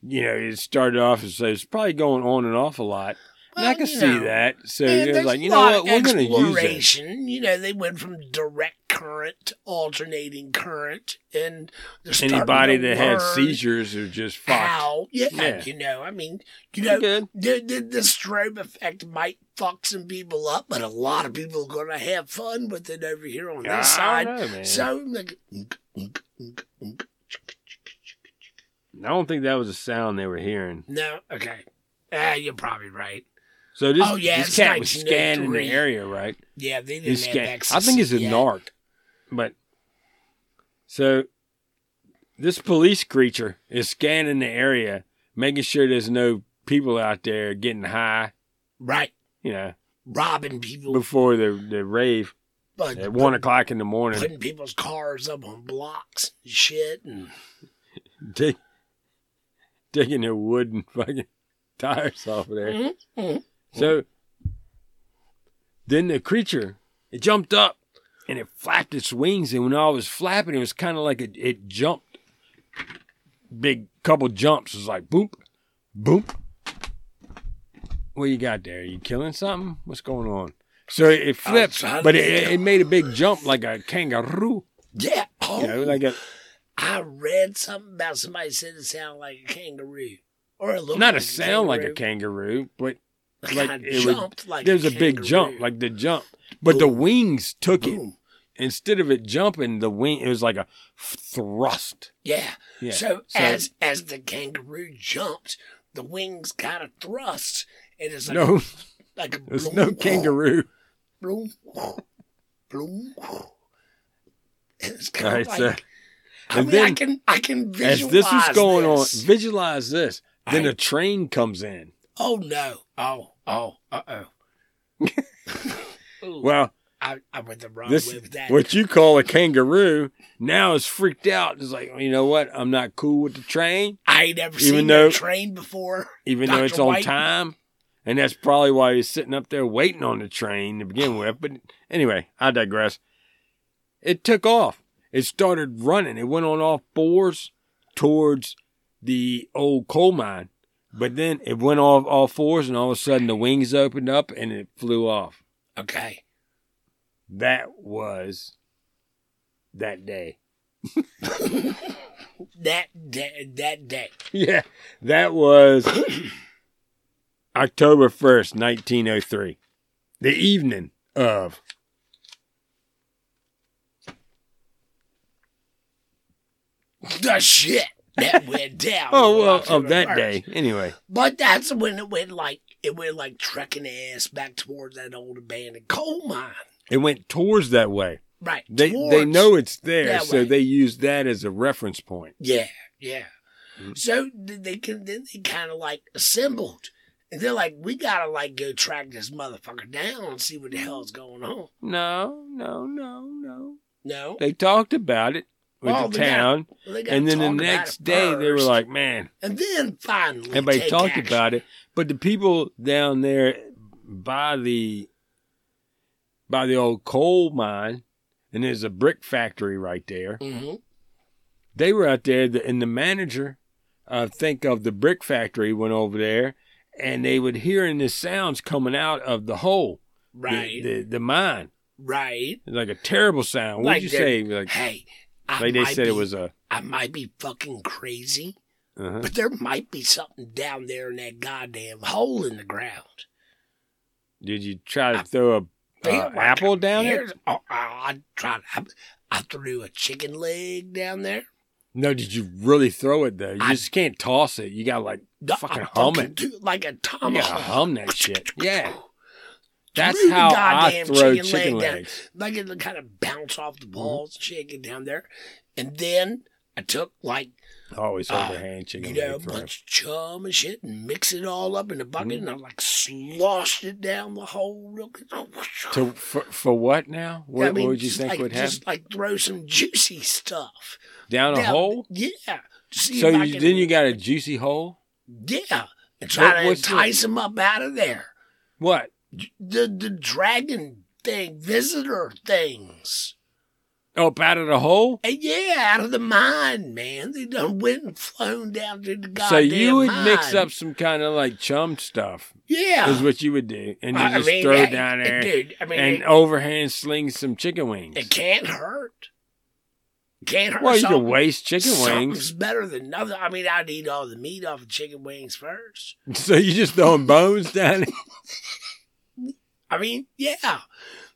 Speaker 4: You know, it started off as so it's probably going on and off a lot. And I
Speaker 3: Well,
Speaker 4: can
Speaker 3: you
Speaker 4: see
Speaker 3: know,
Speaker 4: that. So
Speaker 3: man,
Speaker 4: it was
Speaker 3: there's
Speaker 4: like,
Speaker 3: a
Speaker 4: you know
Speaker 3: lot
Speaker 4: what,
Speaker 3: of
Speaker 4: we're gonna use it.
Speaker 3: exploration. You know, they went from direct current to alternating current, and they're starting
Speaker 4: Anybody
Speaker 3: to
Speaker 4: that had
Speaker 3: learn
Speaker 4: seizures are just fucked.
Speaker 3: How? Yeah,
Speaker 4: Yeah.
Speaker 3: you know, I mean, you
Speaker 4: You're
Speaker 3: know,
Speaker 4: good.
Speaker 3: The, the, the strobe effect might fuck some people up, but a lot of people are going to have fun with it over here on this
Speaker 4: I
Speaker 3: side.
Speaker 4: don't know, man.
Speaker 3: So, like, unk, unk, unk, unk.
Speaker 4: I don't think that was a sound they were hearing.
Speaker 3: no, okay. Ah, you're probably right.
Speaker 4: So this,
Speaker 3: Oh, yeah,
Speaker 4: this
Speaker 3: it's
Speaker 4: cat was scanning the
Speaker 3: 1903.
Speaker 4: area, right?
Speaker 3: Yeah, they didn't
Speaker 4: He's
Speaker 3: have
Speaker 4: scan-
Speaker 3: access.
Speaker 4: I think it's a
Speaker 3: yet.
Speaker 4: narc. But so this police creature is scanning the area, making sure there's no people out there getting high,
Speaker 3: Right.
Speaker 4: you know,
Speaker 3: Robbing people,
Speaker 4: before the, the rave
Speaker 3: but
Speaker 4: at one o'clock in the morning.
Speaker 3: putting people's cars up on blocks and shit. And
Speaker 4: Dig, digging their wooden fucking tires off of there.
Speaker 3: Mhm, mhm.
Speaker 4: So Then the creature, it jumped up and it flapped its wings. And when I was flapping, it was kind of like it, it jumped. Big couple jumps. It was like boop, boop. What you got there? You killing something? What's going on? So it flipped,
Speaker 3: trying to
Speaker 4: but it,
Speaker 3: kill-
Speaker 4: it made a big jump like a kangaroo.
Speaker 3: Yeah. Oh,
Speaker 4: You know, like a,
Speaker 3: I read something about somebody said it sounded like a kangaroo or Oh, a little.
Speaker 4: not a
Speaker 3: like
Speaker 4: sound like a
Speaker 3: kangaroo.
Speaker 4: kangaroo, but like
Speaker 3: I
Speaker 4: it was-
Speaker 3: jumped like
Speaker 4: there's a big jump,
Speaker 3: kangaroo.
Speaker 4: like the jump. But the wings took it.
Speaker 3: Boom.
Speaker 4: Instead of it jumping, the wing it was like a thrust.
Speaker 3: Yeah.
Speaker 4: Yeah.
Speaker 3: So,
Speaker 4: So-
Speaker 3: as as the kangaroo jumps, the wings kind of thrust, and it's like
Speaker 4: No,
Speaker 3: like a
Speaker 4: there's no kangaroo.
Speaker 3: Bloom, bloom. And It's
Speaker 4: All
Speaker 3: kind
Speaker 4: right,
Speaker 3: of like
Speaker 4: so
Speaker 3: I
Speaker 4: and
Speaker 3: mean, I
Speaker 4: then-
Speaker 3: can I can visualize
Speaker 4: as this is going
Speaker 3: this.
Speaker 4: on, visualize this. Then
Speaker 3: I-
Speaker 4: a train comes in.
Speaker 3: Oh no! Oh oh uh oh.
Speaker 4: Well,
Speaker 3: I, I went the wrong
Speaker 4: this
Speaker 3: way with that.
Speaker 4: what you call a kangaroo now is freaked out. It's like you know what? I'm not cool with the train,
Speaker 3: I ain't never
Speaker 4: even
Speaker 3: seen
Speaker 4: though-
Speaker 3: a train before.
Speaker 4: even though
Speaker 3: Dr.
Speaker 4: it's on
Speaker 3: White.
Speaker 4: time. And that's probably why he's sitting up there waiting on the train to begin with. But anyway, I digress. It took off. It started running. It went on all fours towards the old coal mine. But then it went off all fours, and all of a sudden the wings opened up and it flew off.
Speaker 3: Okay.
Speaker 4: That was that day.
Speaker 3: That day, that day.
Speaker 4: Yeah, that was October 1st, 1903. The evening of.
Speaker 3: The shit that went down.
Speaker 4: Oh,
Speaker 3: on
Speaker 4: well, of
Speaker 3: October
Speaker 4: that
Speaker 3: 1st.
Speaker 4: day. Anyway,
Speaker 3: But that's when it went like it went like trekking ass back towards that old abandoned coal mine.
Speaker 4: it went towards that way.
Speaker 3: Right.
Speaker 4: They they
Speaker 3: towards-
Speaker 4: know it's there,
Speaker 3: that
Speaker 4: so
Speaker 3: way.
Speaker 4: they use that as a reference point.
Speaker 3: Yeah, yeah.
Speaker 4: Mm.
Speaker 3: So th- they can then they kind of like assembled, and they're like, "We gotta like go track this motherfucker down and see what the hell's going on."
Speaker 4: No, no, no, no.
Speaker 3: No,
Speaker 4: They talked about it with
Speaker 3: Oh,
Speaker 4: the
Speaker 3: they got-
Speaker 4: town,
Speaker 3: Well, they gotta
Speaker 4: and then the
Speaker 3: talk about
Speaker 4: next
Speaker 3: it
Speaker 4: day they were
Speaker 3: first,
Speaker 4: like, "Man,
Speaker 3: and then finally
Speaker 4: Everybody
Speaker 3: take
Speaker 4: talked
Speaker 3: action.
Speaker 4: about it, but the people down there by the by the old coal mine, and there's a brick factory right there.
Speaker 3: Mhm.
Speaker 4: They were out there, the, and the manager, I think of the brick factory, went over there, and they would hearing the sounds coming out of the hole, the-
Speaker 3: right,
Speaker 4: the, the, mine,
Speaker 3: right.
Speaker 4: like a terrible sound. What'd
Speaker 3: Like
Speaker 4: you
Speaker 3: they're-
Speaker 4: say? Like,
Speaker 3: Hey, I
Speaker 4: like they
Speaker 3: might
Speaker 4: said,
Speaker 3: be,
Speaker 4: it was a.
Speaker 3: I might be fucking crazy,
Speaker 4: uh
Speaker 3: but there might be something down there in that goddamn hole in the ground.
Speaker 4: Did you try to throw a uh,
Speaker 3: Damn, I
Speaker 4: apple
Speaker 3: can't-
Speaker 4: down there?
Speaker 3: here's- Oh, oh, I tried. I, I threw a chicken leg down there.
Speaker 4: No, did you really throw it though? You
Speaker 3: I-
Speaker 4: just can't toss it. You gotta like
Speaker 3: No,
Speaker 4: fucking
Speaker 3: I
Speaker 4: hum
Speaker 3: fucking
Speaker 4: it.
Speaker 3: do- like a
Speaker 4: You
Speaker 3: tomahawk.
Speaker 4: gotta hum that shit. Yeah, that's
Speaker 3: Threw the
Speaker 4: how I
Speaker 3: goddamn
Speaker 4: throw
Speaker 3: chicken
Speaker 4: chicken,
Speaker 3: leg down.
Speaker 4: legs.
Speaker 3: Like it kind of bounce off the
Speaker 4: Mm-hmm.
Speaker 3: walls, chicken down there. And then I took like
Speaker 4: Always
Speaker 3: Uh,
Speaker 4: overhand chicken
Speaker 3: you know a
Speaker 4: leg throw.
Speaker 3: bunch of chum and shit and mix it all up in a bucket
Speaker 4: Mm-hmm.
Speaker 3: and I like sloshed it down the whole real good.
Speaker 4: To for, for what now? What,
Speaker 3: I mean,
Speaker 4: what would you
Speaker 3: just
Speaker 4: think
Speaker 3: like,
Speaker 4: would happen
Speaker 3: Just like throw some juicy stuff
Speaker 4: down a
Speaker 3: down-
Speaker 4: hole?
Speaker 3: Yeah. See
Speaker 4: So
Speaker 3: if I
Speaker 4: you,
Speaker 3: can-
Speaker 4: then you got a juicy hole.
Speaker 3: Yeah, and try to
Speaker 4: what's the-
Speaker 3: entice him up out of there.
Speaker 4: What?
Speaker 3: The the dragon thing, visitor things.
Speaker 4: Up out of the hole.
Speaker 3: And yeah, out of the mine, man. They done went and flown down to the goddamn
Speaker 4: so you would
Speaker 3: mine.
Speaker 4: mix up some kind of like chum stuff is
Speaker 3: yeah.
Speaker 4: what you would do, and you
Speaker 3: I- I
Speaker 4: just
Speaker 3: mean,
Speaker 4: throw
Speaker 3: hey,
Speaker 4: down there
Speaker 3: dude. I mean,
Speaker 4: and
Speaker 3: it,
Speaker 4: overhand sling some chicken wings.
Speaker 3: it can't hurt. Can't hurt.
Speaker 4: well, you
Speaker 3: something.
Speaker 4: can waste chicken wings.
Speaker 3: Something's better than nothing. I mean, I'd eat all the meat off the chicken wings first.
Speaker 4: So you just throwing bones down it?
Speaker 3: I mean, yeah.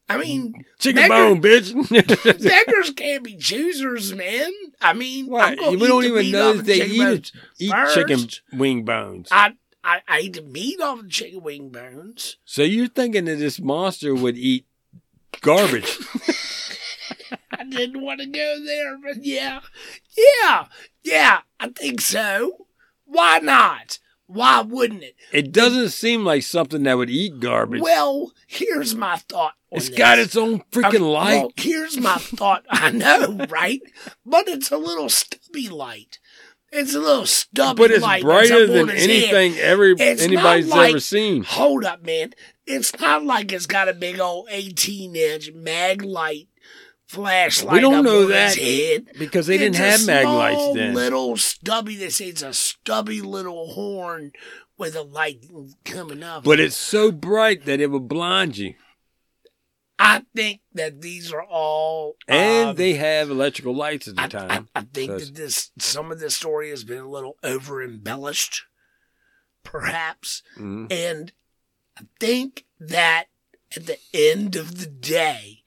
Speaker 3: I mean,
Speaker 4: Chicken
Speaker 3: Beggar-
Speaker 4: bone, bitch.
Speaker 3: beggars can't be choosers, man. I mean, I'm
Speaker 4: Why?
Speaker 3: gonna
Speaker 4: We
Speaker 3: eat
Speaker 4: don't
Speaker 3: the
Speaker 4: even
Speaker 3: meat
Speaker 4: know
Speaker 3: off
Speaker 4: that
Speaker 3: the
Speaker 4: they
Speaker 3: chicken
Speaker 4: eat,
Speaker 3: bones.
Speaker 4: it- eat chicken
Speaker 3: first.
Speaker 4: wing bones.
Speaker 3: I, I I eat the meat off the chicken wing bones.
Speaker 4: so you're thinking that this monster would eat garbage?
Speaker 3: I didn't want to go there, but yeah, yeah, yeah. I think so. Why not? Why wouldn't it?
Speaker 4: it doesn't seem like something that would eat garbage.
Speaker 3: Well, here's my thought. On
Speaker 4: it's
Speaker 3: this.
Speaker 4: got its own freaking
Speaker 3: Okay,
Speaker 4: light.
Speaker 3: Well, here's my thought. I know, right? But it's a little stubby light. It's a little stubby
Speaker 4: But it's
Speaker 3: light that's
Speaker 4: brighter
Speaker 3: up on
Speaker 4: than
Speaker 3: his head.
Speaker 4: anything every
Speaker 3: It's
Speaker 4: anybody's
Speaker 3: not like-
Speaker 4: ever seen.
Speaker 3: Hold up, man. It's not like it's got a big old 18 inch mag light flashlight.
Speaker 4: We don't
Speaker 3: up
Speaker 4: know
Speaker 3: on
Speaker 4: that.
Speaker 3: His head.
Speaker 4: Because they didn't
Speaker 3: It's
Speaker 4: have
Speaker 3: a
Speaker 4: mag
Speaker 3: small
Speaker 4: lights then.
Speaker 3: Little stubby. This is a stubby little horn with a light coming up.
Speaker 4: But it's so bright that it will blind you.
Speaker 3: I think that these are all
Speaker 4: And
Speaker 3: um,
Speaker 4: they have electrical lights at the
Speaker 3: I,
Speaker 4: time.
Speaker 3: I, I think
Speaker 4: so-
Speaker 3: that this some of this story has been a little over embellished, perhaps.
Speaker 4: Mhm.
Speaker 3: And I think that at the end of the day,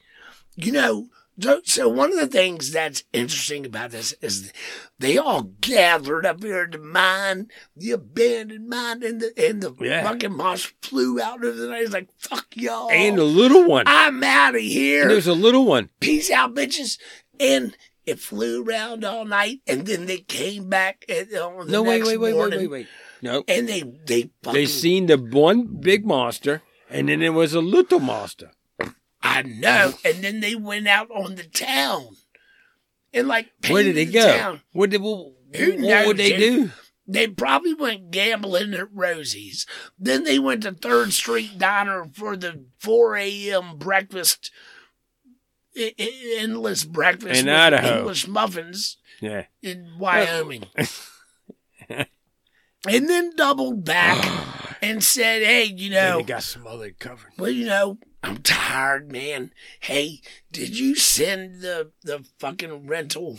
Speaker 3: you know, so, so one of the things that's interesting about this is they all gathered up here at the mine, the abandoned mine, and the and the
Speaker 4: Yeah.
Speaker 3: fucking moss flew out of the night. He's like, "Fuck y'all,
Speaker 4: And a little one.
Speaker 3: I'm out of here."
Speaker 4: And there's a little one.
Speaker 3: peace out, bitches. And it flew around all night, and then they came back at, on the
Speaker 4: No, wait,
Speaker 3: next
Speaker 4: wait, wait, wait,
Speaker 3: morning,
Speaker 4: wait, wait. No.
Speaker 3: and they they fucking,
Speaker 4: They seen the one big monster, and then there was a little monster.
Speaker 3: I know, and then they went out on the town, and like
Speaker 4: Where did they
Speaker 3: painted the
Speaker 4: go?
Speaker 3: town.
Speaker 4: What did what,
Speaker 3: Who
Speaker 4: what would
Speaker 3: knows,
Speaker 4: they
Speaker 3: dude?
Speaker 4: do?
Speaker 3: They probably went gambling at Rosie's. Then they went to Third Street Diner for the four a.m. breakfast, e- e- endless breakfast
Speaker 4: In
Speaker 3: with
Speaker 4: Idaho.
Speaker 3: English muffins.
Speaker 4: Yeah.
Speaker 3: in Wyoming. and then doubled
Speaker 4: Ah.
Speaker 3: back and said, hey, you
Speaker 4: And
Speaker 3: know,
Speaker 4: they got smothered covered.
Speaker 3: well, you know, I'm tired, man. Hey, did you send the, the fucking rental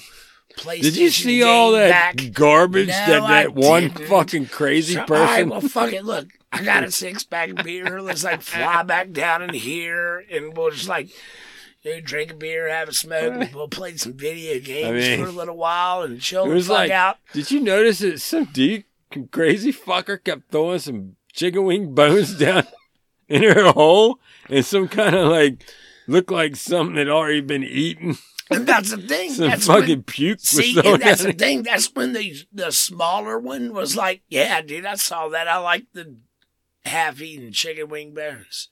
Speaker 3: PlayStation
Speaker 4: Did you see
Speaker 3: game
Speaker 4: all that
Speaker 3: back?
Speaker 4: garbage
Speaker 3: No,
Speaker 4: that
Speaker 3: I
Speaker 4: that one
Speaker 3: didn't.
Speaker 4: fucking crazy
Speaker 3: So, All right,
Speaker 4: person?
Speaker 3: well, fuck it. Look, I got a six pack of beer. Let's like fly back down in here, and we'll just like you know, drink a beer, have a smoke. and We'll play some video games
Speaker 4: mean,
Speaker 3: for a little while and chill
Speaker 4: it
Speaker 3: the
Speaker 4: was
Speaker 3: fuck
Speaker 4: like,
Speaker 3: out.
Speaker 4: did you notice that some dude, crazy fucker, kept throwing some chicken wing bones down in her hole, and some kind of like looked like something had already been eaten.
Speaker 3: And that's the thing.
Speaker 4: Some
Speaker 3: that's
Speaker 4: fucking
Speaker 3: when,
Speaker 4: puke was
Speaker 3: see,
Speaker 4: thrown
Speaker 3: and that's
Speaker 4: down
Speaker 3: the thing. That's when the the smaller one was like, "Yeah, dude, I saw that. I like the half-eaten chicken wing bones.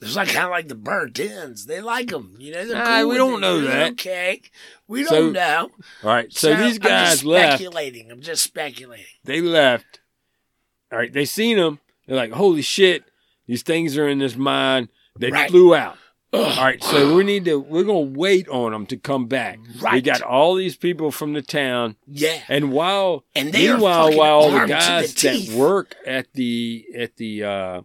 Speaker 3: It's like kind of like the burnt ends. They like them, you know. They're
Speaker 4: Nah,
Speaker 3: cool
Speaker 4: we
Speaker 3: with
Speaker 4: don't
Speaker 3: it.
Speaker 4: know
Speaker 3: They're
Speaker 4: that.
Speaker 3: Okay, we
Speaker 4: So-
Speaker 3: don't know.
Speaker 4: All right, so, these
Speaker 3: I'm
Speaker 4: guys
Speaker 3: just
Speaker 4: left.
Speaker 3: Speculating. I'm just speculating.
Speaker 4: They left. All right, they seen them. They're like, holy shit, these things are in this mine. They
Speaker 3: Right.
Speaker 4: flew out.
Speaker 3: Ugh.
Speaker 4: All right, so we need to. We're gonna wait on them to come back. We
Speaker 3: Right.
Speaker 4: got all these people from the town,
Speaker 3: Yeah,
Speaker 4: and while
Speaker 3: And they are
Speaker 4: meanwhile,
Speaker 3: fucking
Speaker 4: while all the
Speaker 3: armed to the
Speaker 4: guys
Speaker 3: teeth.
Speaker 4: that work at the at the uh,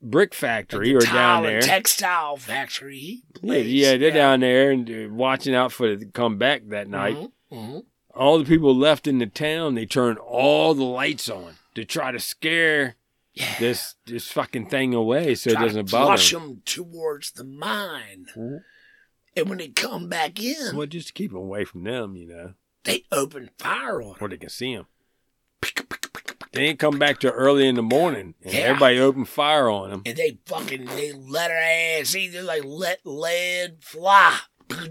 Speaker 4: brick factory
Speaker 3: The
Speaker 4: are
Speaker 3: tile
Speaker 4: down
Speaker 3: and
Speaker 4: there.
Speaker 3: textile factory.
Speaker 4: yeah,
Speaker 3: Place.
Speaker 4: yeah, they're down there and uh, watching out for the come back that night.
Speaker 3: Mhm, mhm.
Speaker 4: All the people left in the town, they turn all the lights on to try to scare
Speaker 3: Yeah.
Speaker 4: this this fucking thing away so it
Speaker 3: Try to
Speaker 4: doesn't bother
Speaker 3: Flush
Speaker 4: them.
Speaker 3: them towards the mine,
Speaker 4: Mhm.
Speaker 3: and when they come back in,
Speaker 4: Well, just keep them away from them, you know,
Speaker 3: they open fire on them.
Speaker 4: or they can see them. They ain't come back till early in the morning, and
Speaker 3: Yeah.
Speaker 4: everybody opened fire on them.
Speaker 3: And they fucking they let her ass eat. They like let lead fly.
Speaker 4: That's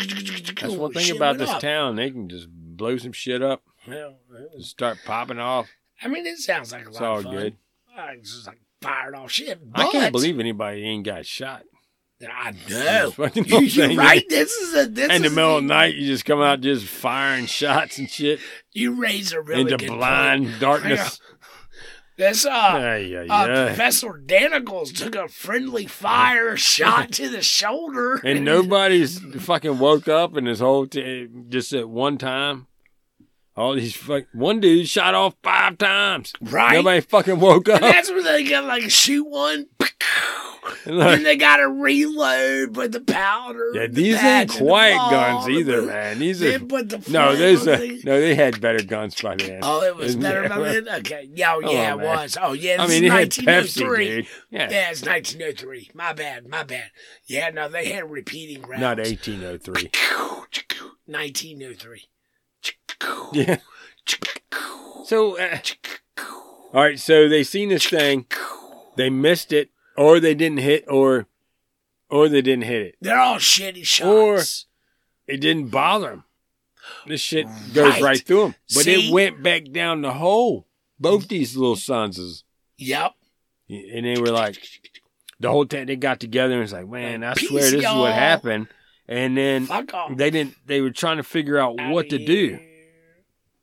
Speaker 3: That's
Speaker 4: one thing about this town; they can just blow some shit up and start popping off.
Speaker 3: I mean, it sounds like a lot
Speaker 4: It's all
Speaker 3: of fun.
Speaker 4: good.
Speaker 3: I just like fired off shit.
Speaker 4: I
Speaker 3: but-
Speaker 4: can't believe anybody ain't got shot.
Speaker 3: I
Speaker 4: This
Speaker 3: know.
Speaker 4: fucking
Speaker 3: You,
Speaker 4: whole
Speaker 3: you're
Speaker 4: thing.
Speaker 3: right. This is a this
Speaker 4: In the
Speaker 3: is
Speaker 4: middle of the night, you just come out just firing shots and shit
Speaker 3: You raise a really
Speaker 4: into
Speaker 3: good
Speaker 4: blind
Speaker 3: Point.
Speaker 4: darkness.
Speaker 3: This uh,
Speaker 4: Ay, ay,
Speaker 3: uh
Speaker 4: ay.
Speaker 3: Professor Danicles took a friendly fire shot to the shoulder.
Speaker 4: And nobody's fucking woke up in this whole t- just at one time. All these fuck one dude shot off five times.
Speaker 3: right.
Speaker 4: Nobody fucking woke up.
Speaker 3: And that's where they got like shoot one.
Speaker 4: And
Speaker 3: Then
Speaker 4: like,
Speaker 3: they got to reload with the powder.
Speaker 4: yeah,
Speaker 3: and the
Speaker 4: these ain't
Speaker 3: patch and the
Speaker 4: quiet
Speaker 3: ball
Speaker 4: guns
Speaker 3: and
Speaker 4: either,
Speaker 3: the-
Speaker 4: man. These are
Speaker 3: Then put the
Speaker 4: no,
Speaker 3: flame
Speaker 4: those
Speaker 3: on
Speaker 4: are,
Speaker 3: the-
Speaker 4: no, they had better guns by then.
Speaker 3: Oh, it was
Speaker 4: Isn't
Speaker 3: better
Speaker 4: that
Speaker 3: than
Speaker 4: right?
Speaker 3: it? Okay. Yeah, oh,
Speaker 4: Come
Speaker 3: yeah,
Speaker 4: on,
Speaker 3: it
Speaker 4: man.
Speaker 3: was. Oh, yeah,
Speaker 4: I
Speaker 3: this
Speaker 4: mean, it
Speaker 3: is
Speaker 4: had Pepsi,
Speaker 3: 1903.
Speaker 4: dude. Yeah,
Speaker 3: Yeah, it's 1903. My bad, my bad. Yeah, no, they had repeating rounds.
Speaker 4: not 1803.
Speaker 3: 1903.
Speaker 4: Yeah. So, uh, all right. So they seen this thing, they missed it, or they didn't hit, or or they didn't hit it.
Speaker 3: They're all shitty
Speaker 4: Or-
Speaker 3: shots.
Speaker 4: It didn't bother them. This shit goes
Speaker 3: Right.
Speaker 4: right, through them, but
Speaker 3: See?
Speaker 4: it went back down the hole. Both these little sons is,
Speaker 3: yep.
Speaker 4: and they were like, the whole time they got together and was like, man, I
Speaker 3: Peace,
Speaker 4: swear this is
Speaker 3: y'all.
Speaker 4: what happened. And then
Speaker 3: Fuck off.
Speaker 4: they didn't. They were trying to figure out what to do.
Speaker 3: do.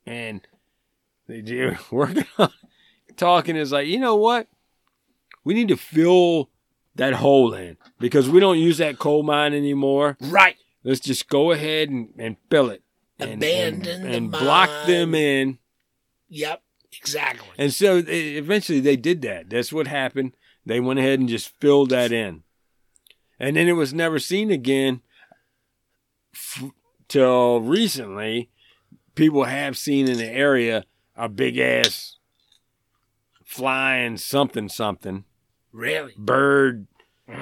Speaker 4: and they do working on talking is like, you know what? We need to fill that hole in because we don't use that coal mine anymore.
Speaker 3: Right.
Speaker 4: Let's just go ahead and, and fill it. And,
Speaker 3: Abandon
Speaker 4: and,
Speaker 3: the
Speaker 4: and block them
Speaker 3: mine.
Speaker 4: in.
Speaker 3: Yep. Exactly.
Speaker 4: And so they, eventually they did that. That's what happened. They went ahead and just filled that in. And then it was never seen again f- till recently. People have seen in the area a big ass flying something something
Speaker 3: really. Mm.
Speaker 4: bird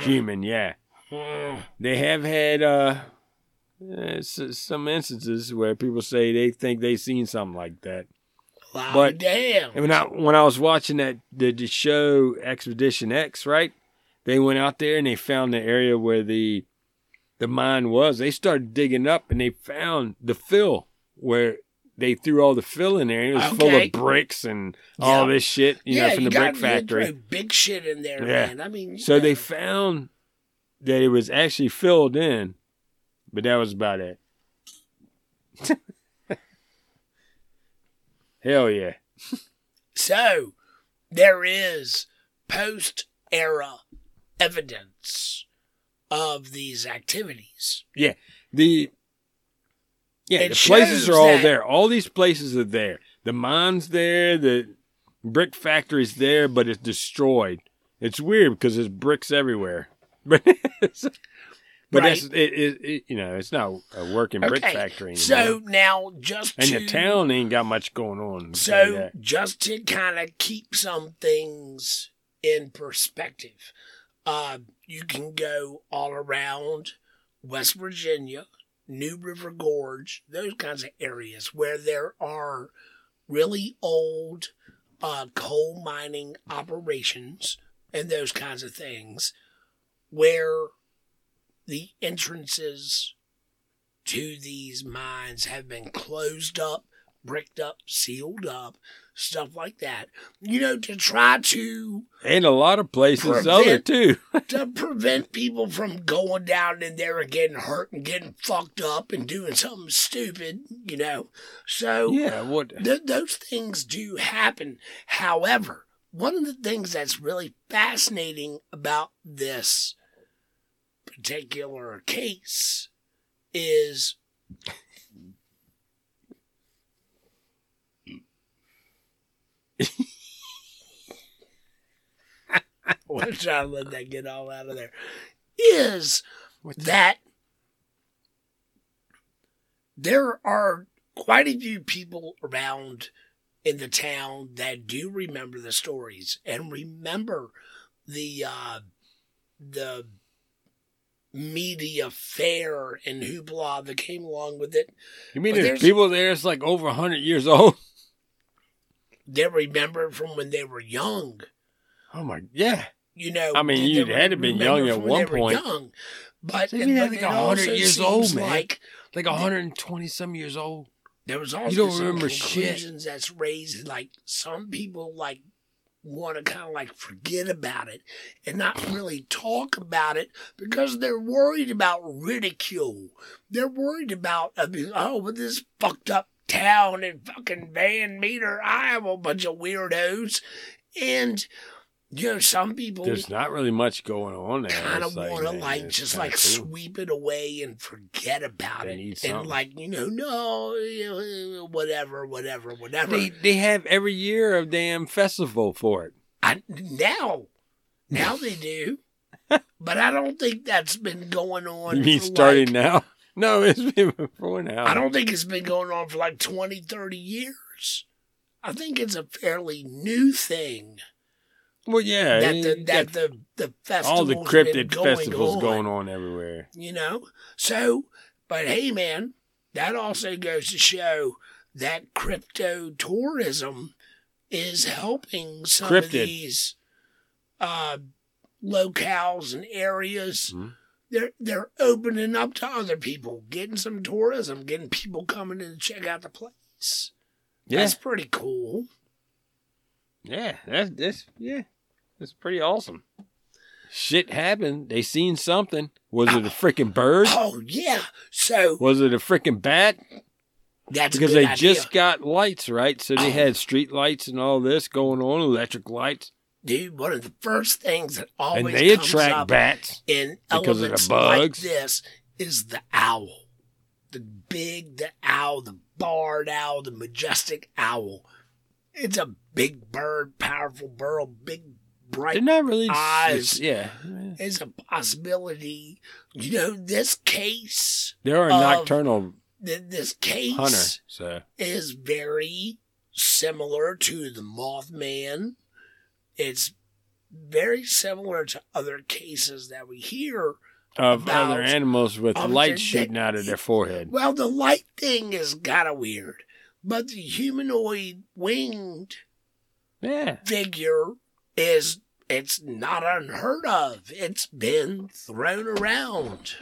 Speaker 4: human, yeah. They have had uh, uh, s- some instances where people say they think they seen something like that.
Speaker 3: Wow.
Speaker 4: But-
Speaker 3: damn.
Speaker 4: And when I when I was watching that the, the show Expedition X, right? They went out there and they found the area where the the mine was. They started digging up and they found the fill where they threw all the fill in there. And it was full
Speaker 3: Okay.
Speaker 4: of bricks and all
Speaker 3: Yeah.
Speaker 4: this shit, you know, from the
Speaker 3: got-
Speaker 4: brick factory.
Speaker 3: throw Big shit in there,
Speaker 4: Yeah.
Speaker 3: man. I mean, you
Speaker 4: So they
Speaker 3: know.
Speaker 4: found that it was actually filled in, but that was about it. Hell yeah.
Speaker 3: So there is post era evidence of these activities.
Speaker 4: The Yeah,
Speaker 3: It
Speaker 4: the places
Speaker 3: shows
Speaker 4: are all
Speaker 3: that-
Speaker 4: there. All these places are there. The mine's there, the brick factory's there, but it's destroyed. It's weird because there's bricks everywhere. But it's- but that's it, it, it you know, it's not a working brick factory anymore.
Speaker 3: So now just
Speaker 4: and
Speaker 3: to,
Speaker 4: the town ain't got much going on. to tell you
Speaker 3: So
Speaker 4: that.
Speaker 3: just to kind of keep some things in perspective, uh, you can go all around West Virginia, New River Gorge, those kinds of areas where there are really old uh, coal mining operations and those kinds of things, where the entrances to these mines have been closed up bricked up, sealed up, stuff like that. You know, to try to
Speaker 4: and a lot of places
Speaker 3: Prevent-
Speaker 4: other too.
Speaker 3: to prevent people from going down in there and getting hurt and getting fucked up and doing something stupid. You know, so
Speaker 4: Yeah, what?
Speaker 3: th- those things do happen. However, one of the things that's really fascinating about this particular case is I'm trying to let that get all out of there. Is that there are quite a few people around in the town that do remember the stories and remember the uh, the media fair and hoopla that came along with it.
Speaker 4: You mean
Speaker 3: But
Speaker 4: there's
Speaker 3: there's-
Speaker 4: people there? It's like over hundred years old.
Speaker 3: They remember from when they were young.
Speaker 4: Oh my, yeah.
Speaker 3: You know,
Speaker 4: I mean,
Speaker 3: they
Speaker 4: you'd
Speaker 3: re-
Speaker 4: had to been
Speaker 3: remember
Speaker 4: young at
Speaker 3: from when
Speaker 4: one
Speaker 3: they were
Speaker 4: point.
Speaker 3: Young, but
Speaker 4: So you mean
Speaker 3: but
Speaker 4: I think
Speaker 3: it
Speaker 4: 100
Speaker 3: also
Speaker 4: years old,
Speaker 3: seems
Speaker 4: man.
Speaker 3: Like
Speaker 4: Like hundred and twenty some years old.
Speaker 3: there was also
Speaker 4: don't
Speaker 3: some
Speaker 4: remember shit.
Speaker 3: conclusions that's raised like some people like want to kind of like forget about it and not really talk about it because they're worried about ridicule they're worried about I mean, oh but this fucked up town in fucking van meter iowa bunch of weirdos and you know some people
Speaker 4: There's not really much going on there.
Speaker 3: kind of
Speaker 4: It's like,
Speaker 3: want to
Speaker 4: man,
Speaker 3: like
Speaker 4: it's
Speaker 3: just
Speaker 4: kinda
Speaker 3: like
Speaker 4: cool.
Speaker 3: sweep it away and forget about
Speaker 4: They need
Speaker 3: it and
Speaker 4: something.
Speaker 3: like you know no you know, whatever whatever whatever
Speaker 4: They they have every year a damn festival for it.
Speaker 3: I, now now they do but i don't think that's been going on
Speaker 4: You mean
Speaker 3: for,
Speaker 4: starting
Speaker 3: like,
Speaker 4: now? No, it's been before now.
Speaker 3: i don't think it's been going on for like 20 30 years i think it's a fairly new thing
Speaker 4: Well, yeah.
Speaker 3: that
Speaker 4: it-
Speaker 3: the that the the festivals
Speaker 4: all the cryptid festivals
Speaker 3: on.
Speaker 4: going on everywhere.
Speaker 3: you know? So, but hey, man, that also goes to show that crypto tourism is helping some of
Speaker 4: Cryptid.
Speaker 3: these uh, locales and areas.
Speaker 4: Mhm.
Speaker 3: They're they're opening up to other people, getting some tourism, getting people coming in to check out the place.
Speaker 4: Yeah,
Speaker 3: That's pretty cool.
Speaker 4: yeah. That's that's yeah. That's pretty awesome. Shit happened. They seen something. Was it a freaking bird?
Speaker 3: Oh yeah. So
Speaker 4: Was it a freaking bat?
Speaker 3: That's a
Speaker 4: because
Speaker 3: good
Speaker 4: they
Speaker 3: idea.
Speaker 4: just got lights, right? So they had street lights and all this going on, electric lights,
Speaker 3: dude. One of the first things that always
Speaker 4: and they
Speaker 3: comes
Speaker 4: attract
Speaker 3: up
Speaker 4: bats.
Speaker 3: in
Speaker 4: because of the
Speaker 3: elements like
Speaker 4: bugs.
Speaker 3: this is the owl, the big, the owl, the barred owl, the majestic owl. It's a big bird, powerful bird, big bright
Speaker 4: They're not really,
Speaker 3: eyes.
Speaker 4: yeah.
Speaker 3: is a possibility. You know, this case,
Speaker 4: They are a
Speaker 3: Of-
Speaker 4: nocturnal
Speaker 3: th- this case
Speaker 4: hunter, so
Speaker 3: is very similar to the Mothman. It's very similar to other cases that we hear.
Speaker 4: of
Speaker 3: About-
Speaker 4: other animals with
Speaker 3: of
Speaker 4: light
Speaker 3: the-
Speaker 4: shooting out of their forehead.
Speaker 3: Well, the light thing is kind of weird, but the humanoid winged
Speaker 4: Yeah,
Speaker 3: figure is it's not unheard of. It's been thrown around.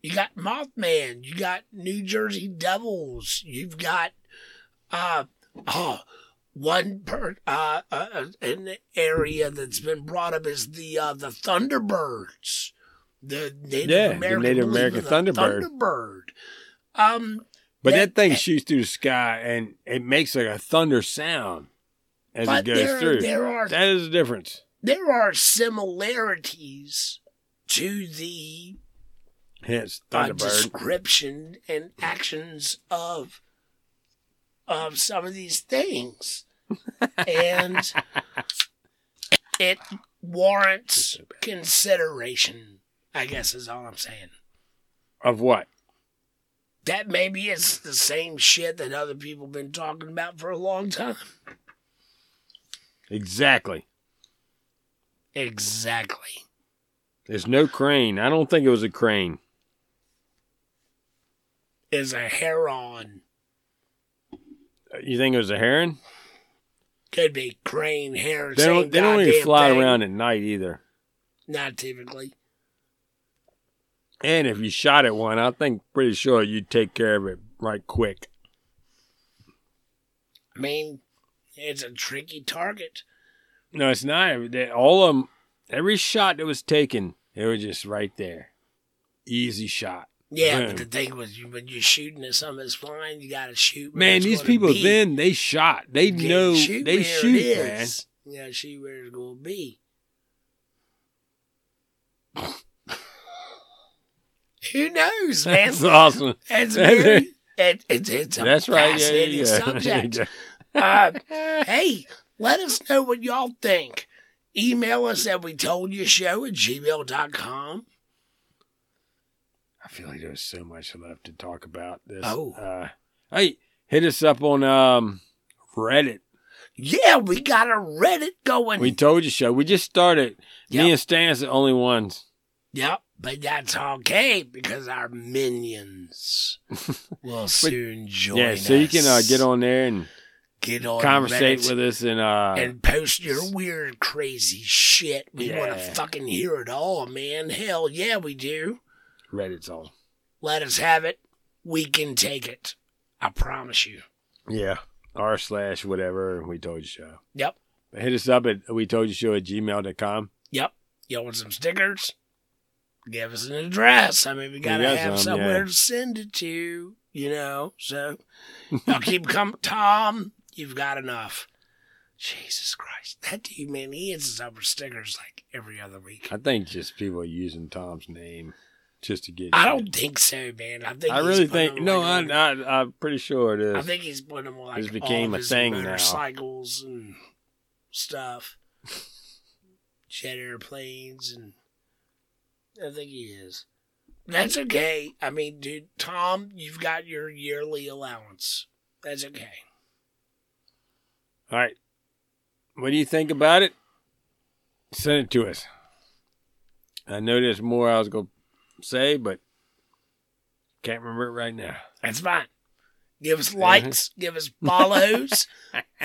Speaker 3: You got Mothman, you got New Jersey Devils, you've got uh oh one per uh, uh uh, an area that's been brought up is the uh the Thunderbirds. The Native
Speaker 4: Yeah, the
Speaker 3: American,
Speaker 4: Native
Speaker 3: belief
Speaker 4: American
Speaker 3: in the
Speaker 4: Thunderbird.
Speaker 3: Thunderbird. Um
Speaker 4: but that,
Speaker 3: That-
Speaker 4: thing shoots through the sky and it makes like a thunder sound as it
Speaker 3: but
Speaker 4: goes
Speaker 3: there,
Speaker 4: through.
Speaker 3: there are
Speaker 4: that is the difference.
Speaker 3: there are similarities to the
Speaker 4: Hence,
Speaker 3: uh,
Speaker 4: Thunderbird.
Speaker 3: description and actions of of some of these things, and it warrants consideration. I guess is all I'm saying.
Speaker 4: of what?
Speaker 3: That maybe it's the same shit that other people been talking about for a long time.
Speaker 4: Exactly.
Speaker 3: Exactly.
Speaker 4: There's no crane. I don't think it was a crane.
Speaker 3: Is a heron
Speaker 4: You think it was a heron?
Speaker 3: could be crane heron.
Speaker 4: They
Speaker 3: same
Speaker 4: don't. They don't even
Speaker 3: goddamn
Speaker 4: fly
Speaker 3: thing.
Speaker 4: around at night either.
Speaker 3: Not typically.
Speaker 4: And if you shot at one, I think pretty sure you'd take care of it right quick.
Speaker 3: I mean, it's a tricky target.
Speaker 4: No, it's not. They- All of them, every shot that was taken, they were just right there, easy shot.
Speaker 3: Yeah,
Speaker 4: Boom.
Speaker 3: but the thing was, you, when you're shooting at something that's flying, you got to shoot. where
Speaker 4: Man,
Speaker 3: it's
Speaker 4: these
Speaker 3: gonna
Speaker 4: people
Speaker 3: be.
Speaker 4: then they shot. They
Speaker 3: You can't
Speaker 4: know
Speaker 3: shoot
Speaker 4: they
Speaker 3: where
Speaker 4: shoot,
Speaker 3: it
Speaker 4: man.
Speaker 3: is. You got to shoot where it's going to be. Who knows, man?
Speaker 4: That's awesome.
Speaker 3: It's very, it, it's it's a
Speaker 4: That's right. Yeah, yeah,
Speaker 3: fascinating
Speaker 4: yeah.
Speaker 3: subject. uh, hey, let us know what y'all think. Email us at we told you show at gmail.com.
Speaker 4: I feel like there's so much left to talk about. This.
Speaker 3: Oh.
Speaker 4: Uh, hey, hit us up on um, Reddit.
Speaker 3: Yeah, we got a Reddit going.
Speaker 4: We told you so. We just started.
Speaker 3: Yep.
Speaker 4: Me and Stan's the only ones.
Speaker 3: Yep, but that's okay because our minions will soon join
Speaker 4: yeah, so you can uh,
Speaker 3: us.
Speaker 4: get on there and
Speaker 3: get on
Speaker 4: conversate
Speaker 3: Reddit
Speaker 4: with us and uh,
Speaker 3: and post your weird, crazy shit. We want to
Speaker 4: Yeah.
Speaker 3: fucking hear it all, man. Hell yeah, we do.
Speaker 4: Reddit's all.
Speaker 3: Let us have it. We can take it. I promise you.
Speaker 4: Yeah. R slash whatever we told you show.
Speaker 3: Yep.
Speaker 4: But hit us up at we told you show at gmail.com.
Speaker 3: Yep. You want some stickers? Give us an address. I mean, we gotta
Speaker 4: got
Speaker 3: have
Speaker 4: some,
Speaker 3: somewhere
Speaker 4: yeah.
Speaker 3: to send it to. You know, so now keep coming, Tom. You've got enough. Jesus Christ, that dude, man, he answers up for stickers like every other week.
Speaker 4: I think just people are using Tom's name just to get.
Speaker 3: I
Speaker 4: shit.
Speaker 3: don't think so, man. I think
Speaker 4: I
Speaker 3: he's
Speaker 4: really
Speaker 3: putting
Speaker 4: think
Speaker 3: them,
Speaker 4: no. I,
Speaker 3: like, on-
Speaker 4: I I'm pretty sure it
Speaker 3: I
Speaker 4: is.
Speaker 3: think he's putting them on like
Speaker 4: This became
Speaker 3: all
Speaker 4: a
Speaker 3: his
Speaker 4: thing now.
Speaker 3: motorcycles and stuff, jet airplanes, and I think he is. That's okay. I mean, dude, Tom, you've got your yearly allowance. That's okay.
Speaker 4: All right. What do you think about it? Send it to us. I know there's more I was gonna say, but can't remember it right now.
Speaker 3: That's fine. Give
Speaker 4: Uh-huh.
Speaker 3: us likes, give us follows,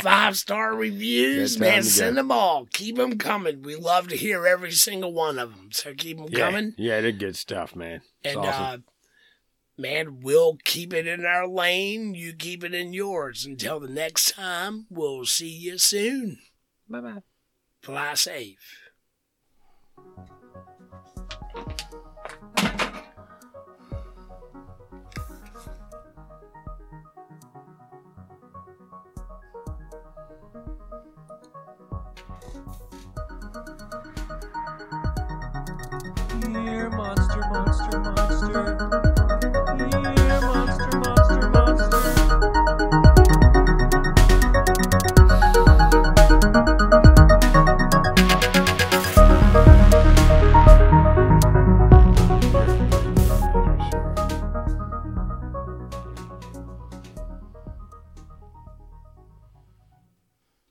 Speaker 3: five star reviews,
Speaker 4: Good time
Speaker 3: man.
Speaker 4: to go.
Speaker 3: Send them all. Keep them coming. We love to hear every single one of them. So keep them
Speaker 4: Yeah,
Speaker 3: coming.
Speaker 4: yeah, they're good stuff, man. It's
Speaker 3: And
Speaker 4: awesome.
Speaker 3: uh, man, we'll keep it in our lane. You keep it in yours. Until the next time, we'll see you soon.
Speaker 4: bye bye.
Speaker 3: Fly safe.